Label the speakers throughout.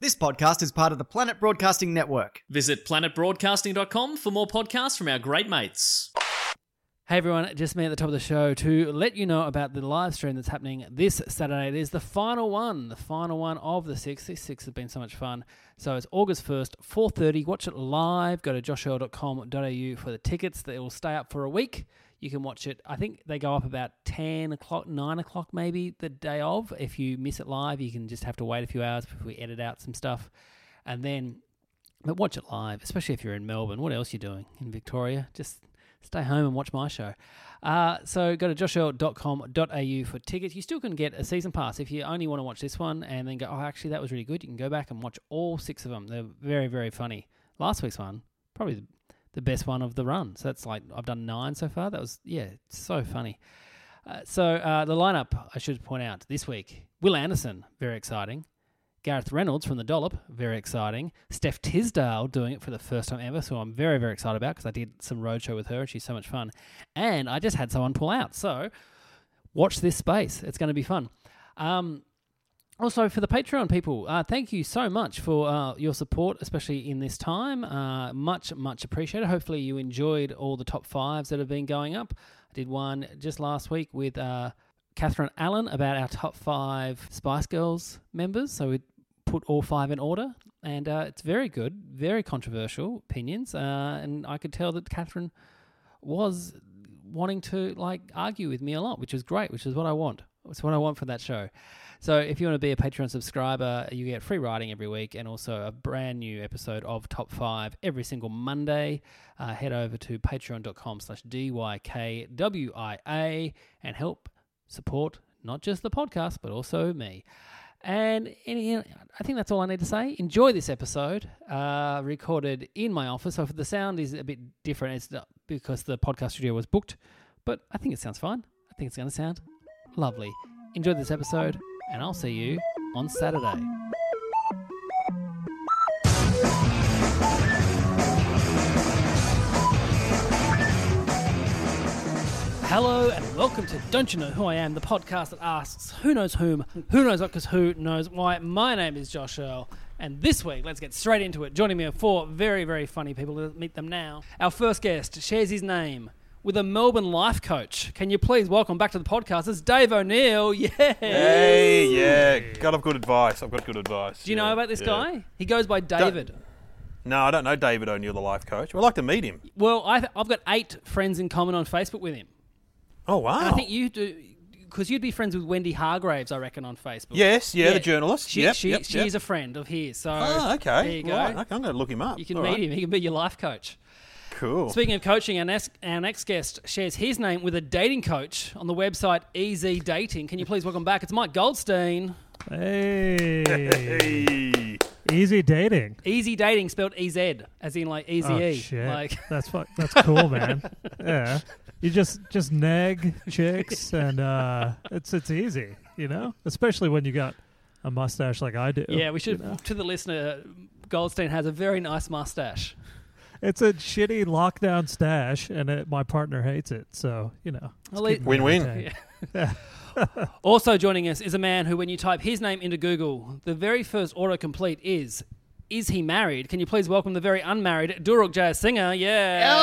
Speaker 1: This podcast is part of the Planet Broadcasting Network.
Speaker 2: Visit planetbroadcasting.com for more podcasts from our great mates.
Speaker 3: Hey everyone, just me at the top of the show to let you know about the live stream that's happening this Saturday. It is the final one, the final one of the six. This six has been so much fun. So it's August 1st, 4.30. Watch it live. Go to joshua.com.au for the tickets. They will stay up for a week. You can watch it. I think they go up about 10 o'clock, 9 o'clock maybe the day of. If you miss it live, you can just have to wait a few hours before we edit out some stuff. And then but watch it live, especially if you're in Melbourne. What else are you doing in Victoria? Just stay home and watch my show. Uh, so go to joshua.com.au for tickets. You still can get a season pass if you only want to watch this one and then go, oh, actually, that was really good. You can go back and watch all six of them. They're very, very funny. Last week's one, probably the, the best one of the run. So that's like, I've done nine so far. That was, yeah, it's so funny. Uh, so uh, the lineup, I should point out, this week Will Anderson, very exciting. Gareth Reynolds from The Dollop, very exciting. Steph Tisdale doing it for the first time ever, so I'm very, very excited about because I did some roadshow with her and she's so much fun. And I just had someone pull out. So watch this space. It's going to be fun. Um, also, for the Patreon people, uh, thank you so much for uh, your support, especially in this time. Uh, much, much appreciated. Hopefully, you enjoyed all the top fives that have been going up. I did one just last week with uh, Catherine Allen about our top five Spice Girls members. So we put all five in order, and uh, it's very good, very controversial opinions. Uh, and I could tell that Catherine was wanting to like argue with me a lot, which is great, which is what I want. It's what I want for that show. So if you want to be a Patreon subscriber, you get free writing every week and also a brand new episode of Top 5 every single Monday. Uh, head over to patreon.com slash DYKWIA and help support not just the podcast, but also me. And any, I think that's all I need to say. Enjoy this episode, uh, recorded in my office. So the sound is a bit different. It's not because the podcast studio was booked, but I think it sounds fine. I think it's going to sound lovely. Enjoy this episode, and I'll see you on Saturday. Hello and welcome to Don't You Know Who I Am, the podcast that asks who knows whom, who knows what, because who knows why. My name is Josh Earl, and this week, let's get straight into it. Joining me are four very, very funny people. Let's meet them now. Our first guest shares his name with a Melbourne life coach. Can you please welcome back to the podcast? It's Dave O'Neill. Yeah.
Speaker 4: Hey, yeah. God, I've got advice. I've got good advice.
Speaker 3: Do you know about this guy? He goes by David.
Speaker 4: No, I don't know David O'Neill, the life coach. I'd like to meet him.
Speaker 3: Well, I th- I've got eight friends in common on Facebook with him.
Speaker 4: Oh, wow.
Speaker 3: I think you do because you'd be friends with Wendy Hargraves, I reckon, on Facebook.
Speaker 4: Yes, yeah, the journalist.
Speaker 3: She,
Speaker 4: Yep,
Speaker 3: she,
Speaker 4: yep,
Speaker 3: she
Speaker 4: yep.
Speaker 3: is a friend of his. So
Speaker 4: Ah, okay.
Speaker 3: There you go.
Speaker 4: Right, okay, I'm going to look him up.
Speaker 3: You can
Speaker 4: All
Speaker 3: meet
Speaker 4: right,
Speaker 3: him. He can be your life coach.
Speaker 4: Cool.
Speaker 3: Speaking of coaching, our next, our next guest shares his name with a dating coach on the website Easy Dating. Can you please welcome back? It's Mike Goldstein.
Speaker 5: Hey,
Speaker 4: Hey.
Speaker 5: easy dating.
Speaker 3: Easy Dating, spelled E Z, as in like easy
Speaker 5: Oh
Speaker 3: E.
Speaker 5: shit,
Speaker 3: Like
Speaker 5: that's fu- that's cool, man. Yeah, you just just nag chicks, and uh, it's it's easy, you know. Especially when you got a mustache like I do.
Speaker 3: yeah, we should
Speaker 5: you know?
Speaker 3: to the listener. Goldstein has a very nice mustache.
Speaker 5: It's a shitty lockdown stash, and it, my partner hates it. So you know, it's
Speaker 3: Well, it-
Speaker 5: keeping me
Speaker 4: Win-win.
Speaker 5: entertained.
Speaker 3: Also joining us is a man who, when you type his name into Google, the very first autocomplete is "Is he married?" Can you please welcome the very unmarried Duruk Jazz Singer? Yeah.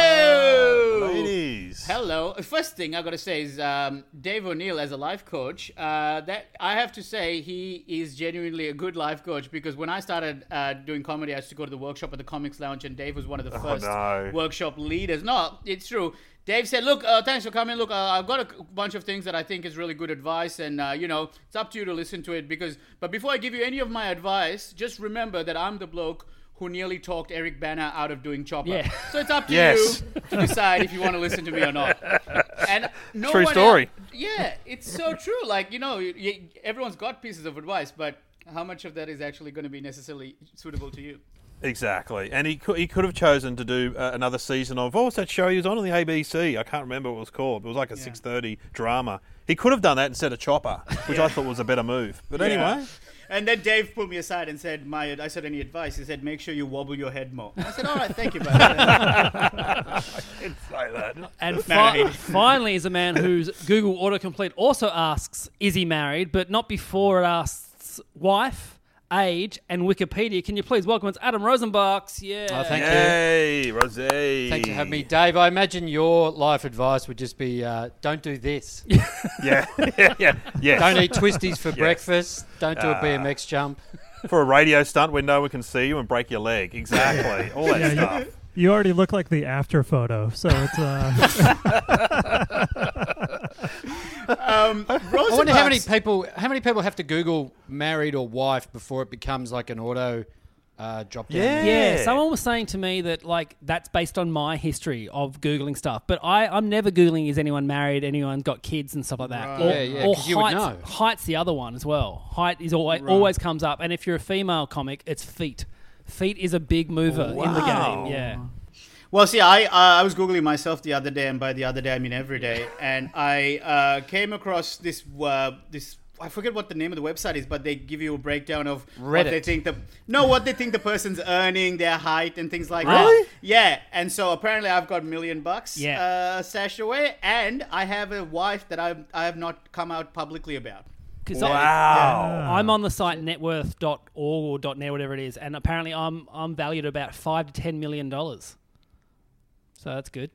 Speaker 6: Hello.
Speaker 4: Ladies.
Speaker 6: Hello. First thing I gotta say is um, Dave O'Neill as a life coach. Uh, that I have to say he is genuinely a good life coach because when I started uh, doing comedy, I used to go to the workshop at the Comics Lounge, and Dave was one of the first
Speaker 4: no.
Speaker 6: workshop leaders. No, it's true. Dave said, "Look, uh, thanks for coming. Look, uh, I've got a c- bunch of things that I think is really good advice, and uh, you know, it's up to you to listen to it because. But before I give you any of my advice, just remember that I'm the bloke." who nearly talked Eric Banner out of doing Chopper.
Speaker 3: Yeah.
Speaker 6: So it's up to
Speaker 4: Yes.
Speaker 6: you to decide if you want to listen to me or not. And no
Speaker 4: True
Speaker 6: one
Speaker 4: story.
Speaker 6: else- yeah, it's so true. Like you know, y y everyone's got pieces of advice, but how much of that is actually going to be necessarily suitable to you?
Speaker 4: Exactly, and he could, he could have chosen to do uh, another season of what was that show he was on on the ABC? I can't remember what it was called. It was like a six thirty drama. He could have done that instead of Chopper, which I thought was a better move. But anyway,
Speaker 6: And then Dave pulled me aside and said, "My, I said any advice?" He said, "Make sure you wobble your head more." I said, "All right, thank you, buddy."
Speaker 4: say that.
Speaker 3: And
Speaker 6: No,
Speaker 3: fi-
Speaker 6: no, no.
Speaker 3: finally, is a man whose Google autocomplete also asks, "Is he married?" But not before it asks wife, age, and Wikipedia. Can you please welcome it's Adam Rosenbachs? Yeah.
Speaker 7: Oh, thank you.
Speaker 4: Yay, Rosé!
Speaker 7: Thanks for having me, Dave. I imagine your life advice would just be uh, don't do this.
Speaker 4: Yeah, yeah, yeah. Yes.
Speaker 7: Don't eat twisties for breakfast. Don't do a BMX jump.
Speaker 4: for a radio stunt where no one can see you and break your leg. Exactly, all that
Speaker 5: Yeah, you-
Speaker 4: stuff.
Speaker 5: You already look like the after photo, so it's uh,
Speaker 6: um,
Speaker 7: I wonder how many
Speaker 6: Rosenbach's-
Speaker 7: people how many people have to Google married or wife before it becomes like an auto uh, drop down.
Speaker 4: Yeah.
Speaker 3: Yeah, someone was saying to me that like that's based on my history of googling stuff, but I I'm never googling is anyone married, anyone got kids and stuff like that. Or,
Speaker 7: Yeah, yeah,
Speaker 3: or
Speaker 7: 'cause you
Speaker 3: heights,
Speaker 7: would know.
Speaker 3: heights the other one as well. Height is always always comes up, and if you're a female comic, it's feet. Feet is a big mover in the
Speaker 4: Wow.
Speaker 3: game. Yeah,
Speaker 6: Well, see, I uh, I was googling myself the other day, and by the other day I mean every day, and I uh, came across this uh, this I forget what the name of the website is, but they give you a breakdown of what they
Speaker 7: Reddit.
Speaker 6: think the no what they think the person's earning, their height, and things like
Speaker 3: Really?
Speaker 6: that. Yeah, and so apparently I've got million bucks
Speaker 3: Yeah.
Speaker 6: uh, stashed away, and I have a wife that I I have not come out publicly about.
Speaker 3: 'Cause I-
Speaker 4: Wow.
Speaker 3: I'm on the site networth.org or .net, whatever it is, and apparently I'm I'm valued at about five to ten million dollars. So that's good.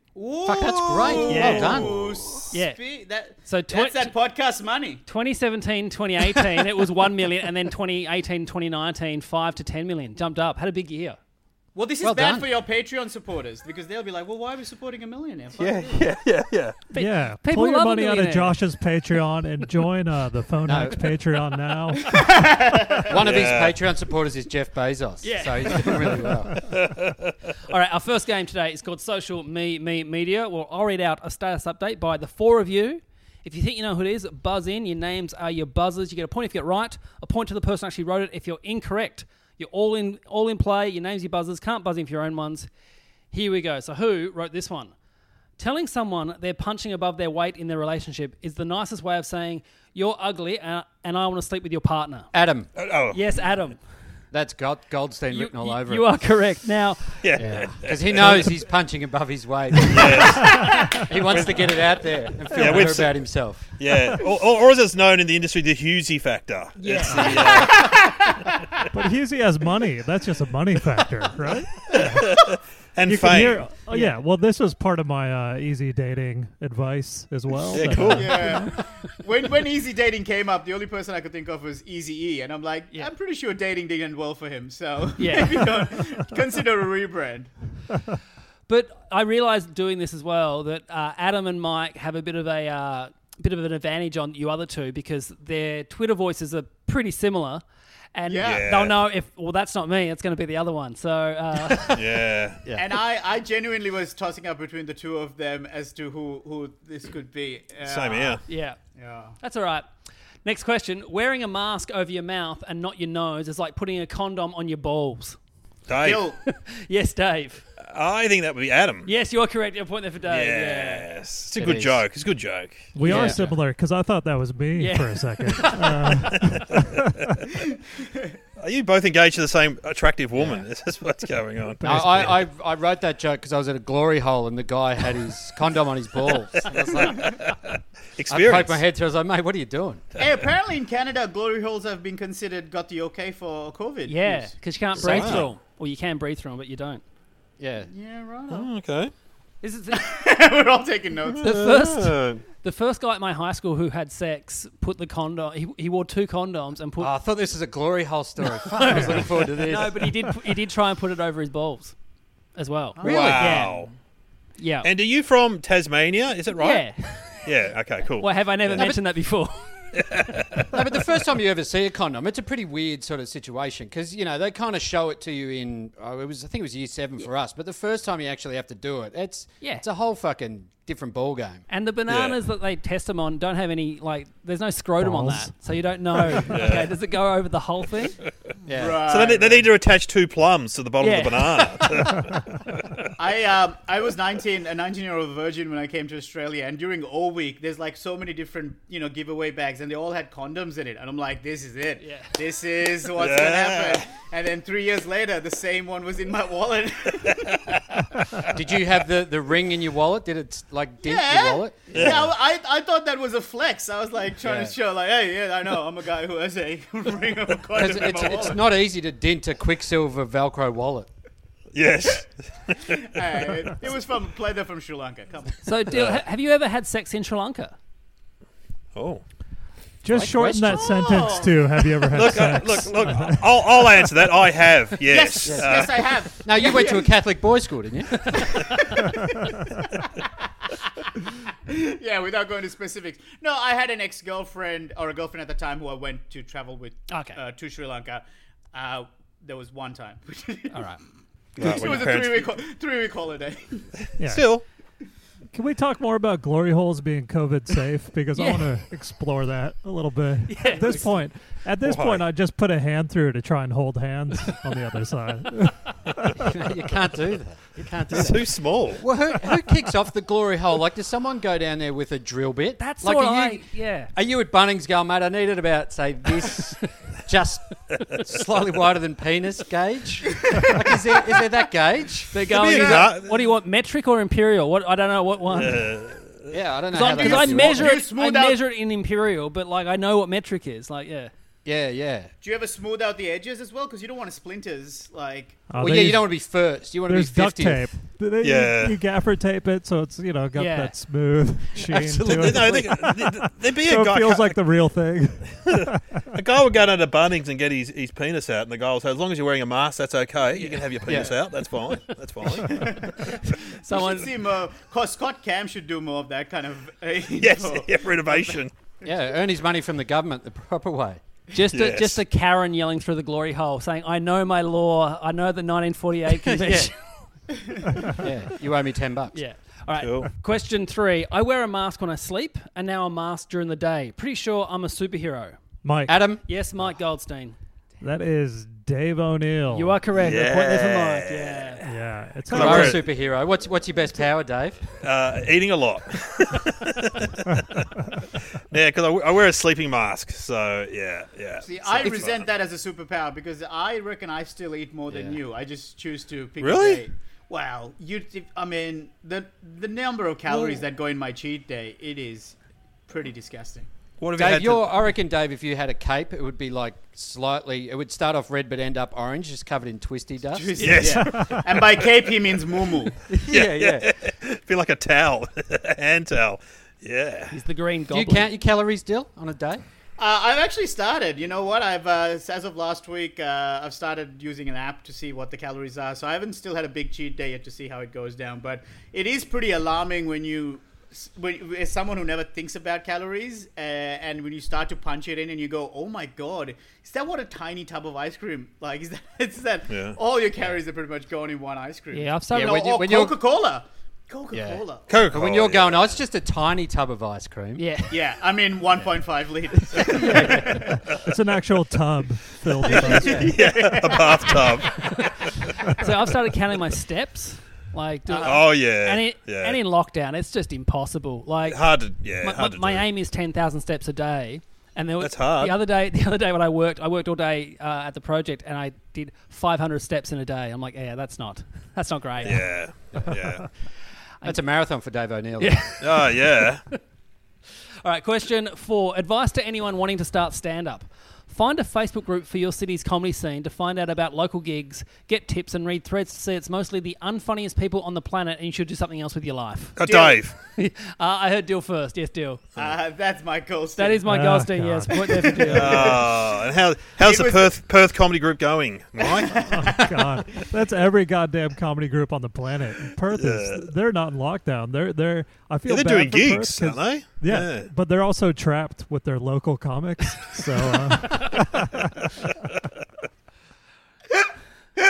Speaker 7: Fuck, that's great.
Speaker 3: Yeah.
Speaker 7: Well done.
Speaker 6: Ooh,
Speaker 3: Yeah.
Speaker 6: spe- that,
Speaker 3: So twen-
Speaker 6: that's that podcast money.
Speaker 3: 2017, 2018, it was 1 million, and then 2018, 2019, 5 to 10 million. Jumped up, had a big year.
Speaker 6: Well, this is
Speaker 7: Well
Speaker 6: bad
Speaker 7: done.
Speaker 6: for your Patreon supporters because they'll be like, "Well, why are we supporting a millionaire?" Fuck
Speaker 4: Yeah, yeah, yeah, yeah.
Speaker 5: yeah.
Speaker 3: people
Speaker 5: Pull your
Speaker 3: love a
Speaker 5: money out of
Speaker 3: millionaire.
Speaker 5: Josh's Patreon and join uh, the Phone
Speaker 7: No.
Speaker 5: Hacks Patreon now.
Speaker 7: One of his
Speaker 4: Yeah.
Speaker 7: Patreon supporters is Jeff Bezos.
Speaker 3: Yeah.
Speaker 7: So he's doing really well.
Speaker 3: All right, our first game today is called Social Me Me Media. Well, I'll read out a status update by the four of you. If you think you know who it is, buzz in. Your names are your buzzers. You get a point if you get it right, a point to the person who actually wrote it if you're incorrect. You're all in all in play. Your names, your buzzers. Can't buzz in for your own ones. Here we go. So who wrote this one? Telling someone they're punching above their weight in their relationship is the nicest way of saying you're ugly and, and I want to sleep with your partner.
Speaker 7: Adam,
Speaker 4: Oh,
Speaker 3: Yes, Adam.
Speaker 7: that's Gold, Goldstein
Speaker 3: You,
Speaker 7: written all
Speaker 3: you-
Speaker 7: over
Speaker 3: you
Speaker 7: it.
Speaker 3: are correct. Now,
Speaker 7: Because he knows he's punching above his weight. he wants to get it out there and feel
Speaker 4: Yeah, we've
Speaker 7: better
Speaker 4: se-
Speaker 7: about himself.
Speaker 4: yeah. Or, or, or as it's known in the industry, the Husey factor. It's the, uh,
Speaker 5: But Husey has money. That's just a money factor, right?
Speaker 4: and
Speaker 5: You can
Speaker 4: fame.
Speaker 5: hear. Oh, yeah. Well, this was part of my uh, easy dating advice as well.
Speaker 4: Yeah,
Speaker 5: that,
Speaker 4: cool.
Speaker 5: uh,
Speaker 6: yeah. When when easy dating came up, the only person I could think of was Easy E, and I'm like, I'm pretty sure dating didn't end well for him. So
Speaker 3: Yeah.
Speaker 6: maybe don't consider a rebrand.
Speaker 3: But I realised doing this as well that uh, Adam and Mike have a bit of a uh, bit of an advantage on you other two because their Twitter voices are pretty similar, and
Speaker 6: Yeah.
Speaker 4: Yeah.
Speaker 3: they'll know if well that's not me, it's going to be the other one. So uh,
Speaker 4: Yeah. yeah.
Speaker 6: And I, I genuinely was tossing up between the two of them as to who who this could be. Uh,
Speaker 4: Same here.
Speaker 3: yeah,
Speaker 6: Yeah.
Speaker 3: that's all right. Next question: Wearing a mask over your mouth and not your nose is like putting a condom on your balls.
Speaker 4: Dave.
Speaker 6: Bill,
Speaker 3: Yes, Dave.
Speaker 4: I think that would be Adam.
Speaker 3: Yes, you are correct. A point there for Dave. Yeah.
Speaker 4: Yes. It's a
Speaker 7: It
Speaker 4: good
Speaker 7: is.
Speaker 4: joke. It's a good joke.
Speaker 5: We
Speaker 7: Yeah.
Speaker 5: are similar because I thought that was me
Speaker 3: Yeah.
Speaker 5: for a second. Uh,
Speaker 4: Are you both engaged to the same attractive woman? This is what's going on.
Speaker 7: No, I, I, I wrote that joke because I was at a glory hole and the guy had his condom on his balls. And I was like, I
Speaker 4: Experience.
Speaker 7: poked my head through. I was like, mate, what are you doing?
Speaker 6: hey, apparently in Canada, glory holes have been considered got the okay for COVID.
Speaker 3: Yeah,
Speaker 6: use.
Speaker 3: because you can't breathe
Speaker 7: Wow.
Speaker 3: through 'em. Well, you can breathe through them, but you don't.
Speaker 7: Yeah.
Speaker 6: Yeah, right.
Speaker 4: Oh, okay.
Speaker 3: This is the
Speaker 6: We're all taking notes.
Speaker 3: the first.
Speaker 4: Uh,
Speaker 3: The first guy at my high school who had sex put the condom. He, he wore two condoms and put.
Speaker 7: Oh, I thought this was a glory hole story. Fuck, I was looking forward to this.
Speaker 3: no, but he did. He did try and put it over his balls, as well.
Speaker 4: Wow.
Speaker 3: Yeah.
Speaker 4: And are you from Tasmania? Is it right?
Speaker 3: Yeah.
Speaker 4: Yeah. Okay. Cool.
Speaker 3: Well, have I never mentioned that before?
Speaker 7: No, but the first time you ever see a condom, it's a pretty weird sort of situation because you know they kind of show it to you in. Oh, it was I think it was year seven for us, but the first time you actually have to do it, it's
Speaker 3: Yeah.
Speaker 7: it's a whole fucking different ball game.
Speaker 3: And the bananas that they test them on don't have any like. There's no scrotum on
Speaker 5: Balls.
Speaker 3: that, so you don't know. Okay, does it go over the whole thing?
Speaker 7: Yeah,
Speaker 4: So they, need- they need to attach two plums to the bottom of the banana.
Speaker 6: I um, I was 19, a 19 year old virgin when I came to Australia, and during all week, there's like so many different you know giveaway bags, and they all had condoms in it, and I'm like, this is it,
Speaker 3: Yeah.
Speaker 6: this is what's gonna
Speaker 4: Yeah.
Speaker 6: happen. And then three years later, the same one was in my wallet.
Speaker 7: Did you have the, the ring in your wallet? Did it like dent
Speaker 6: yeah,
Speaker 7: your wallet?
Speaker 6: yeah. I, I thought that was a flex. I was like trying
Speaker 7: Yeah.
Speaker 6: to show, like, hey, yeah, I know, I'm a guy who has a ring of a condom
Speaker 7: Because
Speaker 6: in
Speaker 7: it's,
Speaker 6: my
Speaker 7: it's
Speaker 6: wallet.
Speaker 7: not easy to dent a Quicksilver Velcro wallet.
Speaker 4: yes.
Speaker 6: Hey, it, it was from play that from Sri Lanka. Come on.
Speaker 3: So, do, ha- have you ever had sex in Sri Lanka?
Speaker 4: Oh.
Speaker 5: Just shorten that sentence
Speaker 6: Oh.
Speaker 5: to "Have you ever had
Speaker 4: Look, uh,
Speaker 5: sex?"
Speaker 4: look, look. I'll, I'll answer that. I have. Yes.
Speaker 6: yes,
Speaker 4: Uh,
Speaker 6: yes, I have.
Speaker 7: No, you went to a Catholic boys' school, didn't you?
Speaker 6: Yeah, without going to specifics. No, I had an ex girlfriend or a girlfriend at the time who I went to travel with
Speaker 3: Okay.
Speaker 6: uh, to Sri Lanka. Uh, there was one time.
Speaker 3: All right.
Speaker 4: right,
Speaker 6: it
Speaker 4: when
Speaker 6: was
Speaker 4: your
Speaker 6: a
Speaker 4: parents-
Speaker 6: three week three week holiday.
Speaker 5: Yeah.
Speaker 4: Still.
Speaker 5: Can we talk more about glory holes being COVID safe? Because I
Speaker 3: Yeah.
Speaker 5: want to explore that a little bit. at this point, at this
Speaker 4: Why?
Speaker 5: point, I just put a hand through to try and hold hands on the other side.
Speaker 7: you can't do that. You can't do
Speaker 4: It's
Speaker 7: that.
Speaker 4: too small.
Speaker 7: Well, who, who kicks off the glory hole? Like, does someone go down there with a drill bit?
Speaker 3: That's
Speaker 7: like,
Speaker 3: what
Speaker 7: are
Speaker 3: I.
Speaker 7: you,
Speaker 3: Yeah.
Speaker 7: Are you at Bunnings going, mate? I need it about, say, this, just slightly wider than penis gauge. Like, is there, is there that gauge?
Speaker 3: They're going.
Speaker 4: a
Speaker 3: "Is that-
Speaker 4: gut.
Speaker 3: what do you want, metric or imperial? What I don't know what one.
Speaker 7: Yeah, I don't know.
Speaker 3: So
Speaker 7: How
Speaker 3: I'm-
Speaker 7: they
Speaker 3: Because I
Speaker 7: have to-
Speaker 3: measure
Speaker 6: Do
Speaker 3: it,
Speaker 6: you
Speaker 3: I
Speaker 6: smooth out-
Speaker 3: measure it in imperial, but like I know what metric is. Like, yeah,
Speaker 7: Yeah, yeah.
Speaker 6: Do you ever smooth out the edges as well? Because you don't want splinters. Like
Speaker 5: Oh,
Speaker 7: well,
Speaker 5: they
Speaker 7: yeah, you
Speaker 5: use-
Speaker 7: don't want to be first. You want to be
Speaker 5: There's duct
Speaker 7: 50th.
Speaker 5: tape. They- they- you-
Speaker 4: Yeah.
Speaker 5: You, gaffer tape it so it's you know got
Speaker 3: Yeah.
Speaker 5: that smooth sheen
Speaker 4: Absolutely.
Speaker 5: to it.
Speaker 4: No, they, they, there'd be
Speaker 5: so
Speaker 4: a
Speaker 5: it
Speaker 4: guy.
Speaker 5: feels like the real thing.
Speaker 4: a guy would go down to Bunnings and get his, his penis out, and the guy will say, "As long as you're wearing a mask, that's okay. You can have your penis out. That's fine. That's fine."
Speaker 6: I
Speaker 3: someone.
Speaker 6: should see more. Cause Scott Cam should do more of that kind of. uh,
Speaker 4: yes.
Speaker 6: info.
Speaker 4: Yeah. Renovation.
Speaker 7: Yeah, earn his money from the government the proper way.
Speaker 3: Just,
Speaker 4: Yes.
Speaker 3: a, just a Karen yelling through the glory hole, saying, "I know my law. I know the 1948 convention."
Speaker 7: Yeah, you owe me 10 bucks.
Speaker 3: yeah. All right.
Speaker 4: Cool.
Speaker 3: Question three: I wear a mask when I sleep, and now a mask during the day. Pretty sure I'm a superhero.
Speaker 5: Mike,
Speaker 7: Adam,
Speaker 3: Yes, Mike Goldstein.
Speaker 5: that is Dave O'Neill.
Speaker 3: You are correct. A point there for Mike.
Speaker 4: Yeah.
Speaker 3: Yeah.
Speaker 5: Yeah, it's
Speaker 7: you
Speaker 4: on,
Speaker 7: are a
Speaker 4: Brett.
Speaker 7: superhero. What's, what's your best power, Dave?
Speaker 4: Uh, eating a lot. yeah, because I, w- I wear a sleeping mask, so yeah, yeah.
Speaker 6: See, I resent that as a superpower because I reckon I still eat more than
Speaker 7: Yeah.
Speaker 6: you. I just choose to pick. a
Speaker 4: Really?
Speaker 6: day. Wow, you. I mean, the the number of calories that go in my cheat day, it is pretty disgusting.
Speaker 4: What have you
Speaker 7: Dave,
Speaker 4: had to-
Speaker 7: you're, I reckon, Dave, if you had a cape, it would be like slightly, it would start off red but end up orange, just covered in twisty dust.
Speaker 4: Yes.
Speaker 6: Yeah. and by cape he means mumu.
Speaker 7: yeah, yeah.
Speaker 4: feel like a towel, a hand towel. Yeah.
Speaker 3: He's the Green
Speaker 7: Do you
Speaker 3: Goblin.
Speaker 7: count your calories still on a day?
Speaker 6: Uh, I've actually started. You know what? I've uh, as of last week, uh, I've started using an app to see what the calories are. So I haven't still had a big cheat day yet to see how it goes down. But it is pretty alarming when you, when, as someone who never thinks about calories, uh, and when you start to punch it in and you go, "Oh my god, is that what a tiny tub of ice cream? Like is that? Is that
Speaker 4: Yeah.
Speaker 6: all your calories are pretty much gone in one ice cream? Oh,
Speaker 3: Yeah, I've started-
Speaker 6: You know,
Speaker 7: Yeah, when you-
Speaker 6: or
Speaker 7: when you're-
Speaker 6: Coca Cola, Coca Cola. Yeah.
Speaker 4: Coca-Cola,
Speaker 7: when you're
Speaker 4: yeah.
Speaker 7: going, oh, it's just a tiny tub of ice cream.
Speaker 3: Yeah.
Speaker 6: I mean 1.5 liters.
Speaker 5: it's an actual tub filled with ice cream.
Speaker 4: a bathtub.
Speaker 3: So I've started counting my steps. Like, do-
Speaker 4: Oh yeah.
Speaker 3: and, it,
Speaker 4: yeah.
Speaker 3: and in lockdown, it's just impossible. Like,
Speaker 4: hard to yeah.
Speaker 3: my,
Speaker 4: hard
Speaker 3: my,
Speaker 4: to do.
Speaker 3: my aim is ten thousand steps a day, and there was,
Speaker 4: That's hard.
Speaker 3: The other day, the other day when I worked, I worked all day uh, at the project, and I did five hundred steps in a day. I'm like, yeah, that's not, that's not great.
Speaker 4: Yeah. Yeah.
Speaker 7: That's a marathon for Dave O'Neill.
Speaker 4: oh yeah.
Speaker 3: All right, question four: advice to anyone wanting to start stand up. Find a Facebook group for your city's comedy scene to find out about local gigs, get tips, and read threads to see it's mostly the unfunniest people on the planet and you should do something else with your life.
Speaker 4: Uh, Dave.
Speaker 3: uh, I heard Deal first. Yes, Deal.
Speaker 6: Uh, that's my goal.
Speaker 3: That is my
Speaker 5: Oh,
Speaker 6: Ah,
Speaker 3: Goldstein,
Speaker 5: God.
Speaker 3: yes. Point there for Deal.
Speaker 4: Oh, and how, how's
Speaker 6: It
Speaker 4: the
Speaker 6: was-
Speaker 4: Perth, Perth comedy group going, Mike?
Speaker 5: God, that's every goddamn comedy group on the planet. Perth is they're not in lockdown. They're they're I feel
Speaker 4: Yeah, they're doing
Speaker 5: bad for Perth
Speaker 4: gigs,
Speaker 5: 'cause-
Speaker 4: aren't they?
Speaker 5: Yeah,
Speaker 4: Yeah.
Speaker 5: but they're also trapped with their local comics. So uh,
Speaker 7: Yeah,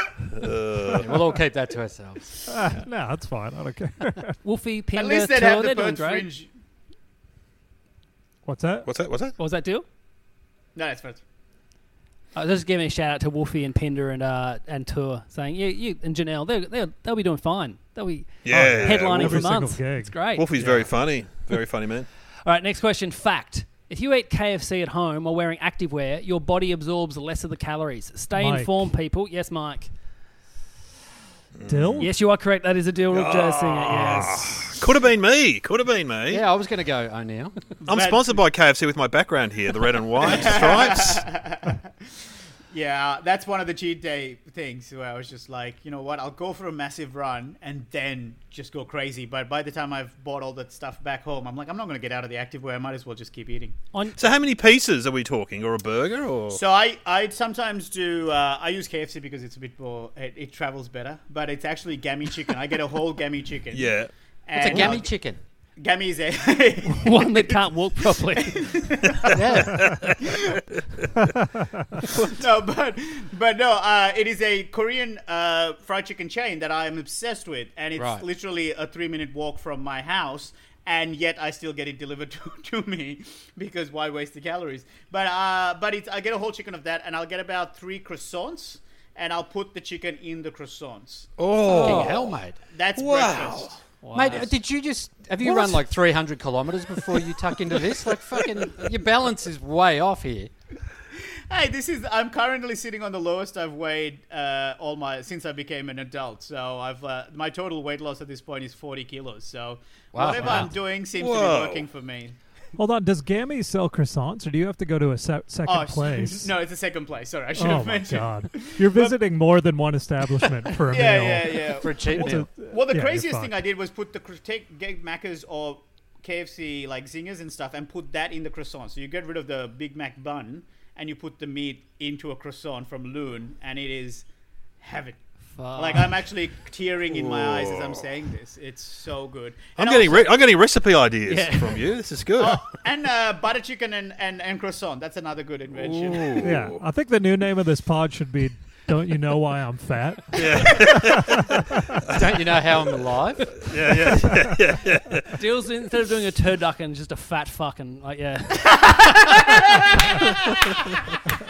Speaker 7: we'll all keep that to ourselves.
Speaker 5: no, that's fine. I don't care.
Speaker 3: Wolfie, Panda,
Speaker 6: At least they'd
Speaker 3: Tour,
Speaker 6: have the
Speaker 3: they're doing
Speaker 6: Perth
Speaker 3: great.
Speaker 6: fringe.
Speaker 5: What's that?
Speaker 4: What's that? What's that?
Speaker 3: What was that, Deal?
Speaker 6: No, that's Perth.
Speaker 3: I was Uh, just giving a shout out to Wolfie and Pender and uh, and Tour, saying you you and Janelle they they they'll be doing fine. They'll be headlining
Speaker 4: Yeah,
Speaker 5: Wolfie.
Speaker 3: for
Speaker 5: Every single
Speaker 3: months.
Speaker 5: gig.
Speaker 3: It's great.
Speaker 4: Wolfie's very funny. Very funny man.
Speaker 3: All right, next question. Fact: If you eat KFC at home while wearing activewear, your body absorbs less of the calories. Stay
Speaker 5: Mike.
Speaker 3: informed, people. Yes, Mike.
Speaker 5: Dill?
Speaker 3: Yes, you are correct. That is a deal.
Speaker 4: Ah.
Speaker 3: Rook Jazz singer. Yes.
Speaker 4: Could have been me. Could have been me.
Speaker 7: Yeah, I was going to go O'Neill.
Speaker 4: I'm
Speaker 6: Mad-
Speaker 4: sponsored by KFC with my background here, the red and white stripes.
Speaker 6: Yeah, that's one of the cheat day things where I was just like, you know what, I'll go for a massive run and then just go crazy. But by the time I've bought all that stuff back home, I'm like, I'm not going to get out of the active wear. I might as well just keep eating.
Speaker 4: So how many pieces are we talking, or a burger, or
Speaker 6: So I, I sometimes do. Uh, I use KFC because it's a bit more. It, it travels better, but it's actually gammy chicken. I get a whole gammy chicken.
Speaker 4: yeah?
Speaker 7: It's a
Speaker 6: And-
Speaker 7: gammy chicken.
Speaker 6: Gammy is a.
Speaker 3: One that can't walk properly.
Speaker 7: Yeah.
Speaker 6: no, but but no, uh, it is a Korean uh, fried chicken chain that I am obsessed with, and it's
Speaker 7: Right.
Speaker 6: literally a three-minute walk from my house. And yet, I still get it delivered to, to me because why waste the calories? But uh, but it's, I get a whole chicken of that, and I'll get about three croissants, and I'll put the chicken in the croissants.
Speaker 4: Oh,
Speaker 7: Fucking hell, mate.
Speaker 6: That's breakfast.
Speaker 7: Mate, uh, did you just have you run like 300 kilometres before you tuck into this? Like fucking, your balance is way off here.
Speaker 6: Hey, this is. I'm currently sitting on the lowest I've weighed uh, all my since I became an adult. So I've uh, my total weight loss at this point is 40 kilos. So
Speaker 7: Wow.
Speaker 6: whatever
Speaker 7: Wow.
Speaker 6: I'm doing seems
Speaker 4: Whoa.
Speaker 6: to be working for me.
Speaker 5: Hold on. Does Gammy sell croissants, or do you have to go to a se- second
Speaker 6: Oh,
Speaker 5: place?
Speaker 6: no, it's a second place. Sorry, I should
Speaker 5: Oh
Speaker 6: have
Speaker 5: my
Speaker 6: mentioned.
Speaker 5: god! You're visiting more than one establishment for a
Speaker 6: Yeah,
Speaker 5: meal.
Speaker 6: yeah, yeah.
Speaker 7: For a cheap meal.
Speaker 6: Well, the
Speaker 5: Yeah, you're
Speaker 6: craziest thing
Speaker 5: fine.
Speaker 6: I did was put the cr- take get Macca's or KFC like zingers and stuff, and put that in the croissant. So you get rid of the Big Mac bun, and you put the meat into a croissant from Loon, and it is heaven. Like I'm actually tearing in my eyes as I'm saying this. It's so good.
Speaker 4: I'm
Speaker 6: And
Speaker 4: getting
Speaker 6: also-
Speaker 4: re- I'm getting recipe ideas from you. This is good.
Speaker 6: and uh, butter chicken and, and, and croissant. That's another good invention.
Speaker 5: Yeah, I think the new name of this pod should be "Don't You Know Why I'm Fat."
Speaker 7: Don't you know how I'm alive?
Speaker 3: Deals instead of doing a turducken, just a fat fucking like yeah.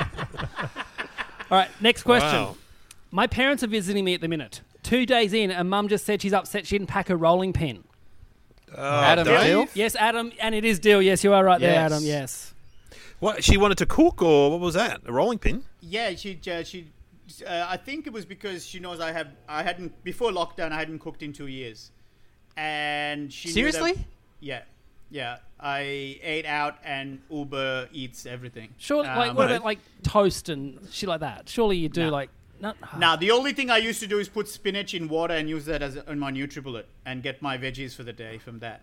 Speaker 3: All right, next question.
Speaker 4: Wow.
Speaker 3: My parents are visiting me at the minute. Two days in, and mum just said she's upset she didn't pack her rolling pin.
Speaker 7: Adam
Speaker 4: Uh, Dave?
Speaker 7: Hill.
Speaker 3: Yes, Adam, and it is deal. Yes, you are right there,
Speaker 7: Yes.
Speaker 3: Adam. Yes.
Speaker 4: What she wanted to cook, or what was that? A rolling pin?
Speaker 6: Yeah, she uh, she. Uh, I think it was because she knows I have I hadn't before lockdown. I hadn't cooked in two years, and she knew that-
Speaker 7: Seriously?
Speaker 6: yeah, yeah. I ate out and Uber eats everything.
Speaker 3: Sure.
Speaker 6: Um,
Speaker 3: like what about like toast and shit like that? Surely you do
Speaker 6: No.
Speaker 3: like no.
Speaker 6: Now the only thing I used to do is put spinach in water and use that as in my NutriBullet and get my veggies for the day from that.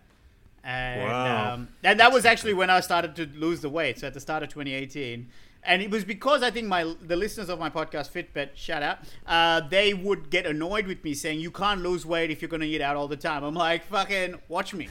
Speaker 6: And,
Speaker 4: Wow.
Speaker 6: um, and that was actually when I started to lose the weight. So at the start of 2018, and it was because I think my the listeners of my podcast Fitbit shout out, uh, they would get annoyed with me saying you can't lose weight if you're going to eat out all the time. I'm like fucking watch me,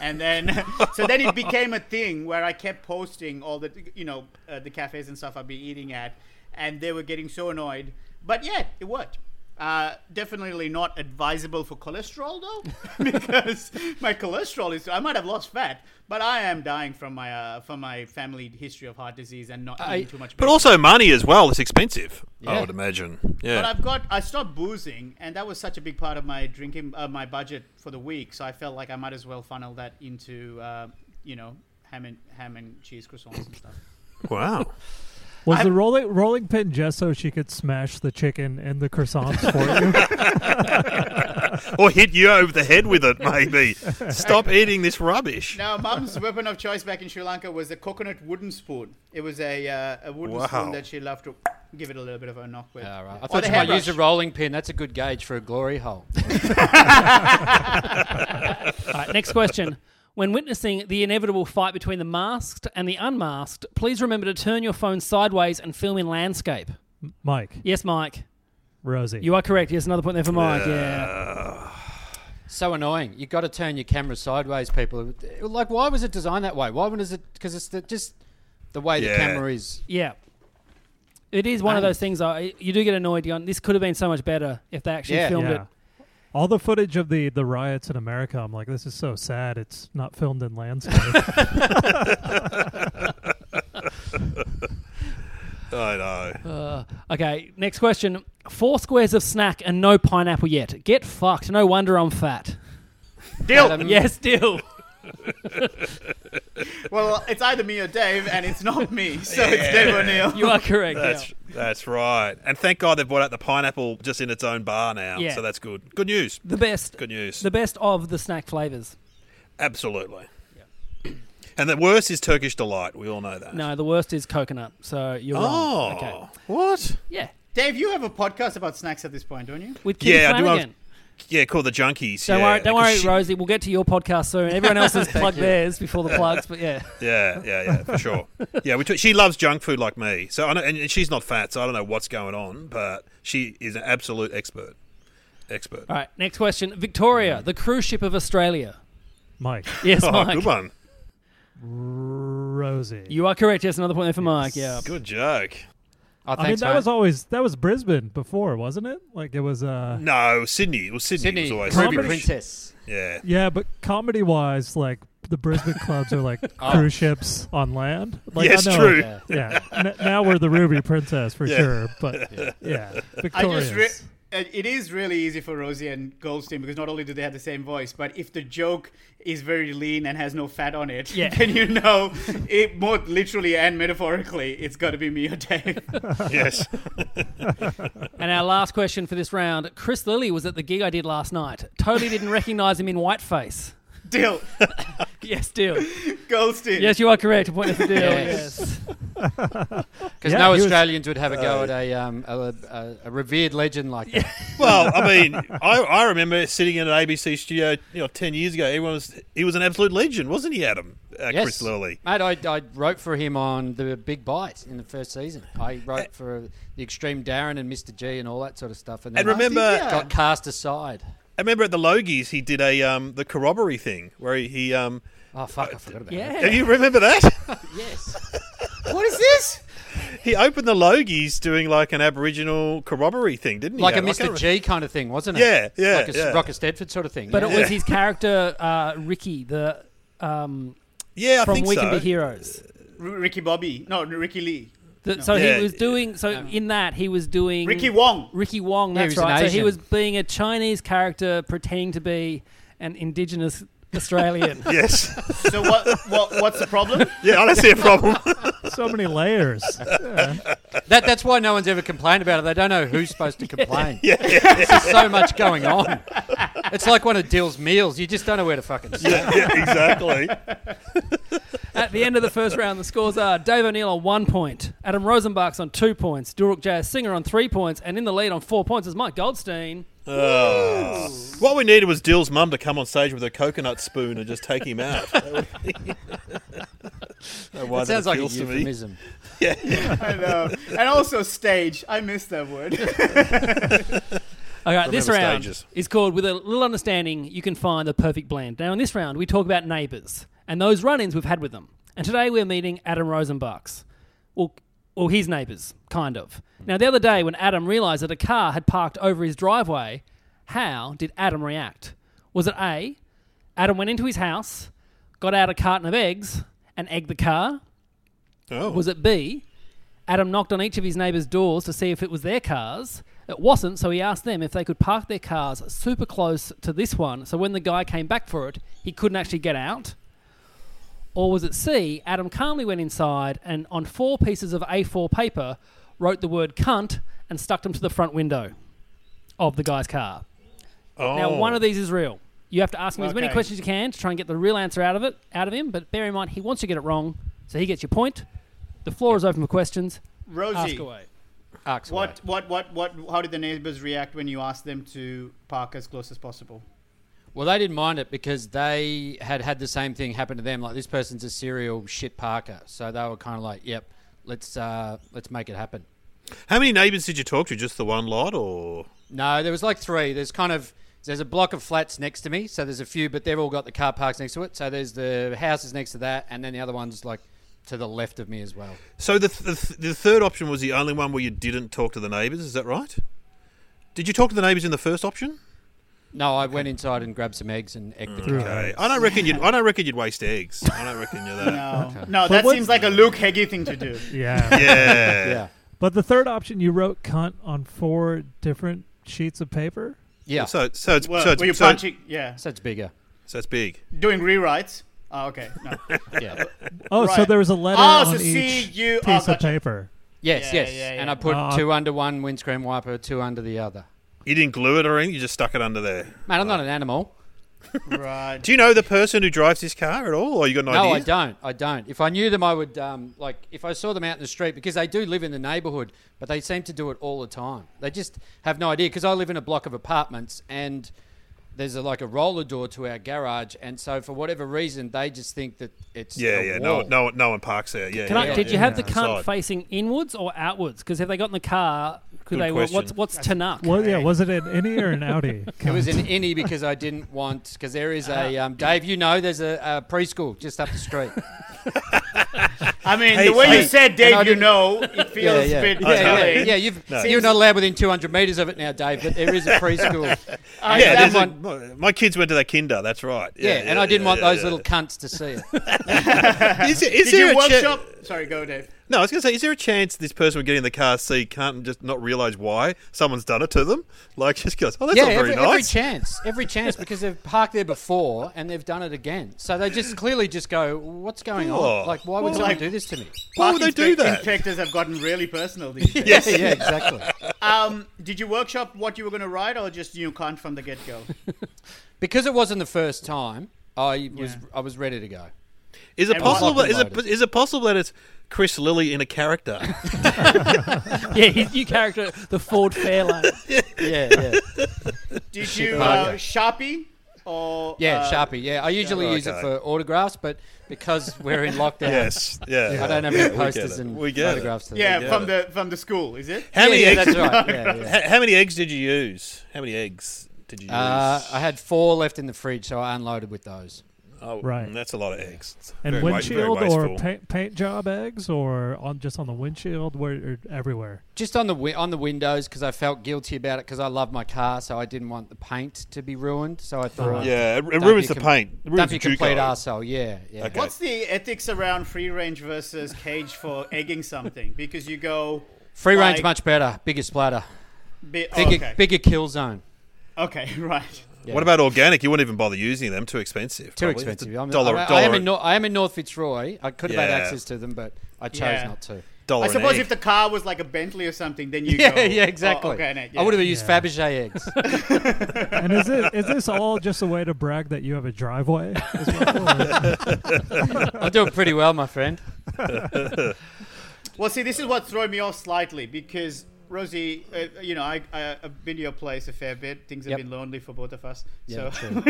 Speaker 6: and then so then it became a thing where I kept posting all the you know uh, the cafes and stuff I'd be eating at, and they were getting so annoyed. But yeah, it worked. Uh, definitely not advisable for cholesterol though, because my cholesterol is. I might have lost fat, but I am dying from my uh, from my family history of heart disease and not
Speaker 7: I-
Speaker 6: eating too much.
Speaker 4: But
Speaker 6: bacon.
Speaker 4: also money as well. It's expensive. I
Speaker 7: Yeah.
Speaker 4: would imagine. Yeah.
Speaker 6: But I've got I stopped boozing, and that was such a big part of my drinking, uh, my budget for the week. So I felt like I might as well funnel that into, uh, you know, ham and ham and cheese croissants and stuff.
Speaker 4: wow.
Speaker 5: Was the rolling rolling pin just so she could smash the chicken and the croissants for you?
Speaker 4: or hit you over the head with it, maybe. Stop eating this rubbish.
Speaker 6: Now, mum's weapon of choice back in Sri Lanka was a coconut wooden spoon. It was a, uh, a wooden
Speaker 4: Wow.
Speaker 6: spoon that she loved to give it a little bit of a knock with.
Speaker 7: All right. I
Speaker 6: Or
Speaker 7: thought
Speaker 6: the
Speaker 7: you might
Speaker 6: hairbrush.
Speaker 7: use a rolling pin. That's a good gauge for a glory hole.
Speaker 3: All right, next question. When witnessing the inevitable fight between the masked and the unmasked, please remember to turn your phone sideways and film in landscape.
Speaker 5: Mike,
Speaker 3: Yes, Mike.
Speaker 5: Rosie.
Speaker 3: You are correct. Yes, another point there for Mike. Yeah.
Speaker 7: So annoying. You've got to turn your camera sideways, people. Like, why was it designed that way? Why was it? Because it's the, just the way
Speaker 4: Yeah.
Speaker 7: the camera is.
Speaker 3: Yeah. It is one of those things I you do get annoyed. Going, this could have been so much better if they actually
Speaker 7: Yeah.
Speaker 3: filmed
Speaker 5: yeah. All the footage of the, the riots in America, I'm like, this is so sad. It's not filmed in landscape.
Speaker 4: I know.
Speaker 3: it. Uh, okay, next question. Four squares of snack and no pineapple yet. Get fucked. No wonder I'm fat.
Speaker 7: Adam,
Speaker 3: Yes, deal.
Speaker 6: Well, it's either me or Dave, and it's not me, so it's Dave O'Neill.
Speaker 3: You are correct.
Speaker 4: That's
Speaker 3: yeah.
Speaker 4: that's right. And thank God they've brought out the pineapple just in its own bar now.
Speaker 3: Yeah.
Speaker 4: So that's good. Good news.
Speaker 3: The best.
Speaker 4: Good news.
Speaker 3: The best of the snack flavors.
Speaker 4: Absolutely. And the worst is Turkish delight. We all know that.
Speaker 3: No, the worst is coconut. So you're
Speaker 4: Oh,
Speaker 3: wrong. Okay.
Speaker 4: what?
Speaker 3: Yeah.
Speaker 6: Dave, you have a podcast about snacks at this point, don't you?
Speaker 3: With Kitty
Speaker 4: Yeah, I do
Speaker 3: Flanagan.
Speaker 4: have- Yeah, called the junkies.
Speaker 3: Don't
Speaker 4: yeah.
Speaker 3: worry, don't
Speaker 4: Because
Speaker 3: worry,
Speaker 4: she-
Speaker 3: Rosie. We'll get to your podcast soon. Everyone else has plugged theirs before the plugs, but yeah.
Speaker 4: Yeah, yeah, yeah, for sure. yeah, we t- she loves junk food like me. So I know, and and she's not fat, so I don't know what's going on, but she is an absolute expert. Expert.
Speaker 3: All right, next question. Victoria, the cruise ship of Australia.
Speaker 5: Mike,
Speaker 3: Yes,
Speaker 4: Oh,
Speaker 3: Mike.
Speaker 4: good one.
Speaker 5: Rosie.
Speaker 3: You are correct. Yes, another point there for Mike. Yeah.
Speaker 4: Good joke.
Speaker 7: Oh,
Speaker 5: I mean,
Speaker 7: thanks,
Speaker 5: that
Speaker 7: mate.
Speaker 5: was always that was Brisbane before, wasn't it? Like it was. uh
Speaker 4: No, Sydney. Well, Sydney,
Speaker 7: Sydney,
Speaker 4: was always
Speaker 7: Ruby
Speaker 4: British.
Speaker 7: Princess.
Speaker 4: Yeah.
Speaker 5: Yeah, but comedy wise, like the Brisbane clubs are like cruise ships on land. Like,
Speaker 4: Oh. Yes,
Speaker 5: I know,
Speaker 4: true.
Speaker 5: Yeah, N- now we're the Ruby Princess for
Speaker 4: Yeah.
Speaker 5: sure. But yeah,
Speaker 6: I just re-
Speaker 5: victorious.
Speaker 6: uh, it is really easy for Rosie and Goldstein because not only do they have the same voice, but if the joke is very lean and has no fat on it,
Speaker 3: Yeah.
Speaker 6: then you know it more literally and metaphorically, it's got to be me or Dave.
Speaker 4: yes.
Speaker 3: And our last question for this round Chris Lilly was at the gig I did last night. Totally didn't recognize him in whiteface.
Speaker 6: Deal,
Speaker 3: Yes, deal.
Speaker 6: Goldstein.
Speaker 3: Yes, you are correct. A point there for deal.
Speaker 7: Yes.
Speaker 3: yes.
Speaker 7: Because
Speaker 5: Yeah,
Speaker 7: no
Speaker 5: he was-
Speaker 7: Australians would have a
Speaker 4: uh,
Speaker 7: go at a, um, a, a, a revered legend like that.
Speaker 4: Well, I mean, I, I remember sitting in an ABC studio, you know, ten years ago. Everyone was he was an absolute legend, wasn't he, Adam? Uh,
Speaker 7: Yes.
Speaker 4: Chris Lilly.
Speaker 7: Mate, I, I wrote for him on the Big Bite in the first season. I
Speaker 5: Eh.
Speaker 7: wrote for the Extreme Darren and Mr. G and all that sort of stuff. And, then
Speaker 4: And remember,
Speaker 7: I got cast aside.
Speaker 4: I remember at the Logies, he did a um the corroboree thing where he, he um.
Speaker 7: Oh fuck! I forgot about that.
Speaker 3: Yeah.
Speaker 4: Do you remember that?
Speaker 7: Yes.
Speaker 6: What is this?
Speaker 4: he opened the Logies doing like an Aboriginal corroboree thing, didn't he?
Speaker 7: Like
Speaker 4: Adam?
Speaker 7: a
Speaker 4: I can't
Speaker 7: Mr. G kind of thing, wasn't it?
Speaker 4: Yeah, yeah,
Speaker 7: Like a
Speaker 4: yeah.
Speaker 7: Rocker Stedford sort of thing.
Speaker 3: But
Speaker 7: yeah.
Speaker 3: it was his character, uh, Ricky, the. Um,
Speaker 4: remember. Yeah, I
Speaker 3: from
Speaker 4: think
Speaker 3: We Can
Speaker 4: so. Uh,
Speaker 3: Be Heroes.
Speaker 6: R- Ricky Bobby. No, Ricky Lee.
Speaker 3: The- so
Speaker 4: Yeah.
Speaker 3: he was doing. So in that, he was doing.
Speaker 6: Ricky Wong.
Speaker 3: Ricky Wong,
Speaker 7: Yeah, he
Speaker 3: that's
Speaker 7: was an
Speaker 3: right. So he
Speaker 7: Asian.
Speaker 3: was being a Chinese character pretending to be an indigenous Australian.
Speaker 4: Yes.
Speaker 6: So what, what? What's the problem?
Speaker 4: Yeah, I don't see a problem.
Speaker 5: so many layers. Yeah.
Speaker 7: that, that's why no one's ever complained about it. They don't know who's supposed to complain. yeah, There's so much going on. It's like one of Dill's meals. You just don't know where to fucking sit.
Speaker 4: yeah, exactly.
Speaker 3: At the end of the first round, the scores are Dave O'Neill on one point, Adam Rosenbach's on two points, Duruk Jazz Singer on three points, and in the lead on four points is Mike Goldstein.
Speaker 4: Oh. What we needed was Dill's mum to come on stage with a coconut spoon and just take him out. That would be- Don't know why that
Speaker 7: It sounds like a
Speaker 4: appeals to me.
Speaker 7: euphemism.
Speaker 6: I know. And also stage. I miss that word.
Speaker 3: All right, this
Speaker 4: Remember
Speaker 3: round
Speaker 4: stages.
Speaker 3: is called With a Little Understanding, You Can Find the Perfect Blend. Now, in this round, we talk about neighbours and those run ins we've had with them. And today we're meeting Adam Rosenbach's. Well, well, his neighbours, kind of. Now, the other day when Adam realised that a car had parked over his driveway, how did Adam react? Was it A, Adam went into his house, got out a carton of eggs, and egged the car?
Speaker 4: Oh.
Speaker 3: Was it B? Adam knocked on each of his neighbours' doors to see if it was their cars. It wasn't, so he asked them if they could park their cars super close to this one, so when the guy came back for it, he couldn't actually get out. Or was it C? Adam calmly went inside and on four pieces of A4 paper wrote the word cunt and stuck them to the front window of the guy's car.
Speaker 4: Oh.
Speaker 3: Now, one of these is real. You have to ask him as many
Speaker 6: Okay.
Speaker 3: questions as you can to try and get the real answer out of it, out of him. But bear in mind, he wants you to get it wrong, so he gets your point. The floor is open for questions. Ask
Speaker 6: Rosie,
Speaker 3: away.
Speaker 7: Arcs away.
Speaker 6: what, what, what, what, how did the neighbors react when you asked them to park as close as possible?
Speaker 7: Well, they didn't mind it because they had had the same thing happen to them. Like this person's a serial shit Parker, so they were kind of like, "Yep, let's uh, let's make it happen."
Speaker 4: How many neighbours did you talk to? Just the one lot, or
Speaker 7: No, there was like three. There's kind of there's a block of flats next to me, so there's a few, but they've all got the car parks next to it. So there's the houses next to that, and then the other ones like to the left of me as well.
Speaker 4: so the th- the, th- the third option was the only one where you didn't talk to the neighbours. Is that right? Did you talk to the neighbours in the first option?
Speaker 7: No, I went inside and grabbed some eggs and egged the car.
Speaker 4: Okay. I don't reckon you. would I don't reckon you'd waste eggs. I don't reckon you're that.
Speaker 6: No, no, that
Speaker 5: what-
Speaker 6: seems like a Luke Heggie thing to do.
Speaker 5: Yeah.
Speaker 4: Yeah.
Speaker 7: Yeah,
Speaker 5: But the third option, you wrote cunt on four different sheets of paper.
Speaker 7: yeah. So,
Speaker 4: So so it's
Speaker 6: Well,
Speaker 4: so
Speaker 6: were you
Speaker 4: it's, so,
Speaker 6: punching? Yeah,
Speaker 7: it's bigger.
Speaker 4: so it's big.
Speaker 6: doing rewrites. Oh, okay. No.
Speaker 7: Yeah.
Speaker 5: Oh, so
Speaker 6: Right.
Speaker 5: there was a letter
Speaker 6: Oh,
Speaker 5: on
Speaker 6: so
Speaker 5: each
Speaker 6: see, you- oh,
Speaker 5: piece of
Speaker 6: gotcha.
Speaker 5: paper.
Speaker 7: Yes,
Speaker 6: Yeah,
Speaker 7: yes.
Speaker 6: yeah,
Speaker 7: And
Speaker 6: yeah.
Speaker 7: I put
Speaker 5: Oh, I-
Speaker 7: two under one windscreen wiper, two under the other.
Speaker 4: You didn't glue it or anything. You just stuck it under there.
Speaker 7: Man, I'm not an animal.
Speaker 6: right.
Speaker 4: Do you know the person who drives this car at all, or you got an idea?
Speaker 7: No, I don't. I don't. If I knew them, I would um, like if I saw them out in the street because they do live in the neighbourhood, but they seem to do it all the time. They just have no idea because I live in a block of apartments and there's a, like a roller door to our garage, and so for whatever reason, they just think that it's
Speaker 4: Yeah,
Speaker 7: a
Speaker 4: yeah. No,
Speaker 7: wall.
Speaker 4: no, no one parks there. Yeah.
Speaker 3: Can I,
Speaker 4: yeah,
Speaker 3: did
Speaker 4: yeah,
Speaker 3: you have the
Speaker 4: yeah.
Speaker 3: cunt
Speaker 4: Inside.
Speaker 3: facing inwards or outwards? Because if they got in the car, could
Speaker 4: Good
Speaker 3: they?
Speaker 4: question.
Speaker 3: What's what's Tanuk?
Speaker 5: Well, yeah, was it an innie or an outie?
Speaker 7: It was an innie because I didn't want because there is a um, Dave. You know, there's a, a preschool just up the street.
Speaker 6: I mean,
Speaker 4: Hey,
Speaker 6: the way
Speaker 4: hey,
Speaker 6: you said,
Speaker 7: I
Speaker 6: Dave, you
Speaker 7: didn't-
Speaker 6: know, it feels a bit
Speaker 7: yeah, yeah,
Speaker 6: telling.
Speaker 7: yeah, You've, You're not allowed within 200 meters of it now, Dave. But there is a preschool. I
Speaker 4: Yeah,
Speaker 7: didn't
Speaker 4: there's a,
Speaker 7: want-
Speaker 4: my- my kids went to the Kinder. That's right.
Speaker 7: yeah, and I didn't want
Speaker 4: yeah,
Speaker 7: those
Speaker 4: yeah.
Speaker 7: little cunts to see it.
Speaker 4: Is, there- is
Speaker 6: Did
Speaker 4: there
Speaker 6: you
Speaker 4: a cha-
Speaker 6: workshop? Sorry, go, Dave.
Speaker 4: no, I was going to say, is there a chance this person would get in the car, see, can't and just not realise why someone's done it to them? Like, just goes, oh, that's
Speaker 7: yeah,
Speaker 4: not very
Speaker 7: every, every
Speaker 4: nice.
Speaker 7: chance, every chance, because they've parked there before and they've done it again. So they just clearly just go, "What's going
Speaker 4: Oh.
Speaker 7: on? Like, why would
Speaker 6: Well,
Speaker 7: someone
Speaker 6: like-
Speaker 7: do this to me?"
Speaker 4: Why would they do that?
Speaker 6: Inspectors have gotten really personal these days.
Speaker 7: Yeah, yeah, exactly.
Speaker 6: Um, did you workshop what you were going to write, or just you can't from the get go?
Speaker 7: Because it wasn't the first time, I was I was ready to go.
Speaker 4: Is it
Speaker 6: And
Speaker 4: possible?
Speaker 7: what's
Speaker 4: That, is it
Speaker 7: uploaded?
Speaker 4: is it possible that it's Chris Lilly in a character?
Speaker 3: yeah, his new character, the Ford Fairlane.
Speaker 7: Yeah, yeah,
Speaker 6: Did you
Speaker 7: Parker.
Speaker 6: uh, Sharpie? Or
Speaker 7: yeah.
Speaker 6: uh,
Speaker 7: Sharpie. Yeah, I usually use it
Speaker 4: Okay.
Speaker 7: for autographs, but because we're in lockdown,
Speaker 4: yes. Yeah.
Speaker 7: I don't have
Speaker 4: Yeah,
Speaker 7: any
Speaker 4: we get
Speaker 7: posters
Speaker 4: it.
Speaker 7: and
Speaker 4: we get it.
Speaker 7: autographs. To
Speaker 6: Yeah,
Speaker 7: them.
Speaker 6: from the from the school, is it?
Speaker 4: How
Speaker 7: yeah,
Speaker 4: many
Speaker 7: yeah,
Speaker 4: eggs?
Speaker 7: that's right. Yeah, yeah.
Speaker 4: h- How many eggs did you use? How many eggs did you use?
Speaker 7: Uh, I had four left in the fridge, so I unloaded with those.
Speaker 4: oh,
Speaker 5: Right.
Speaker 4: mm, That's a lot of eggs. It's
Speaker 5: And
Speaker 4: very wa- very
Speaker 5: windshield or
Speaker 4: wasteful.
Speaker 5: paint, paint job eggs or on just on the windshield where or everywhere.
Speaker 7: Just on the wi- on the windows because I felt guilty about it because I love my car, so I didn't want the paint to be ruined. So I thought,
Speaker 4: Yeah, it, it
Speaker 7: Don't
Speaker 4: ruins
Speaker 7: be
Speaker 4: the
Speaker 7: com-
Speaker 4: paint. It
Speaker 7: don't
Speaker 4: ruins
Speaker 7: be a
Speaker 4: the
Speaker 7: complete
Speaker 4: juco.
Speaker 7: arsehole. Yeah, yeah.
Speaker 4: Okay.
Speaker 6: What's the ethics around free range versus cage for egging something? Because you go
Speaker 7: Free range
Speaker 6: like,
Speaker 7: much better, bigger splatter,
Speaker 6: Bi- oh,
Speaker 7: bigger
Speaker 6: okay.
Speaker 7: bigger kill zone.
Speaker 6: okay, right.
Speaker 4: What about organic? You wouldn't even bother using them. Too expensive.
Speaker 7: Too
Speaker 4: probably. It's
Speaker 7: expensive.
Speaker 4: a
Speaker 7: I'm,
Speaker 4: dollar,
Speaker 7: I, I
Speaker 4: dollar,
Speaker 7: am in Nor- I am in North Fitzroy. I could have
Speaker 4: Yeah.
Speaker 7: had access to them, but I chose
Speaker 6: Yeah.
Speaker 7: not to.
Speaker 4: dollar
Speaker 6: I
Speaker 4: an
Speaker 6: suppose
Speaker 4: egg.
Speaker 6: if the car was like a Bentley or something, then you
Speaker 7: Oh, Yeah,
Speaker 6: go.
Speaker 7: yeah,
Speaker 6: oh,
Speaker 7: exactly.
Speaker 6: organic,
Speaker 7: I
Speaker 6: yeah.
Speaker 7: would have used Fabergé eggs.
Speaker 5: And is it is this all just a way to brag that you have a driveway? as well, or-
Speaker 7: I'm doing pretty well, my friend.
Speaker 6: Well, see, this is what threw me off slightly because Rosie, uh, you know, I, I, I've been to your place a fair bit. Things have
Speaker 7: Yep.
Speaker 6: been lonely for both of us.
Speaker 7: Yeah,
Speaker 6: so,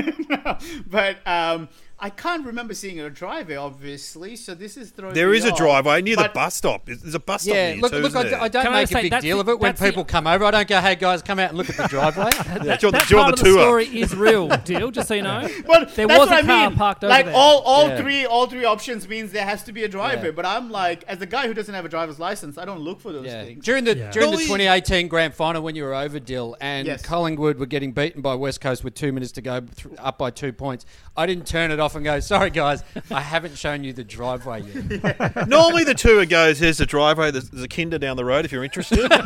Speaker 6: but um, I can't remember seeing a driveway, obviously. So this is throwing.
Speaker 4: There
Speaker 6: me
Speaker 4: is a
Speaker 6: off.
Speaker 4: driveway near the
Speaker 6: But-
Speaker 4: bus stop. Is- There's a bus stop
Speaker 7: Yeah,
Speaker 4: near
Speaker 7: look,
Speaker 4: too,
Speaker 7: look,
Speaker 4: isn't
Speaker 7: I, d-
Speaker 4: there?
Speaker 7: I don't
Speaker 3: Can I
Speaker 7: make
Speaker 3: just
Speaker 7: a
Speaker 3: say,
Speaker 7: big
Speaker 3: that's
Speaker 7: deal
Speaker 3: the-
Speaker 7: of it when
Speaker 3: that's the-
Speaker 7: people come over. I don't go, "Hey guys, come out and look at the driveway."
Speaker 4: Yeah, you're on the-
Speaker 3: that
Speaker 4: you're on
Speaker 3: part of the
Speaker 4: the tour.
Speaker 3: story is real, deal. Just so you know,
Speaker 6: But
Speaker 3: there
Speaker 6: that's
Speaker 3: was a
Speaker 6: what I
Speaker 3: car
Speaker 6: mean.
Speaker 3: parked over
Speaker 6: like
Speaker 3: there.
Speaker 6: all, all
Speaker 7: Yeah.
Speaker 6: three, all three options means there has to be a driveway.
Speaker 7: Yeah.
Speaker 6: But I'm like, as a guy who doesn't have a driver's license, I don't look for those
Speaker 7: Yeah.
Speaker 6: things.
Speaker 7: During the
Speaker 5: Yeah.
Speaker 7: during the
Speaker 4: Well, we-
Speaker 7: 2018 grand final when you were over Dill and
Speaker 6: Yes.
Speaker 7: Collingwood were getting beaten by West Coast with two minutes to go th- up by two points, I didn't turn it off and go, "Sorry guys, I haven't shown you the driveway yet."
Speaker 4: Normally the tour goes. Here's the driveway. There's, there's a Kinder down the road if you're interested.
Speaker 5: um,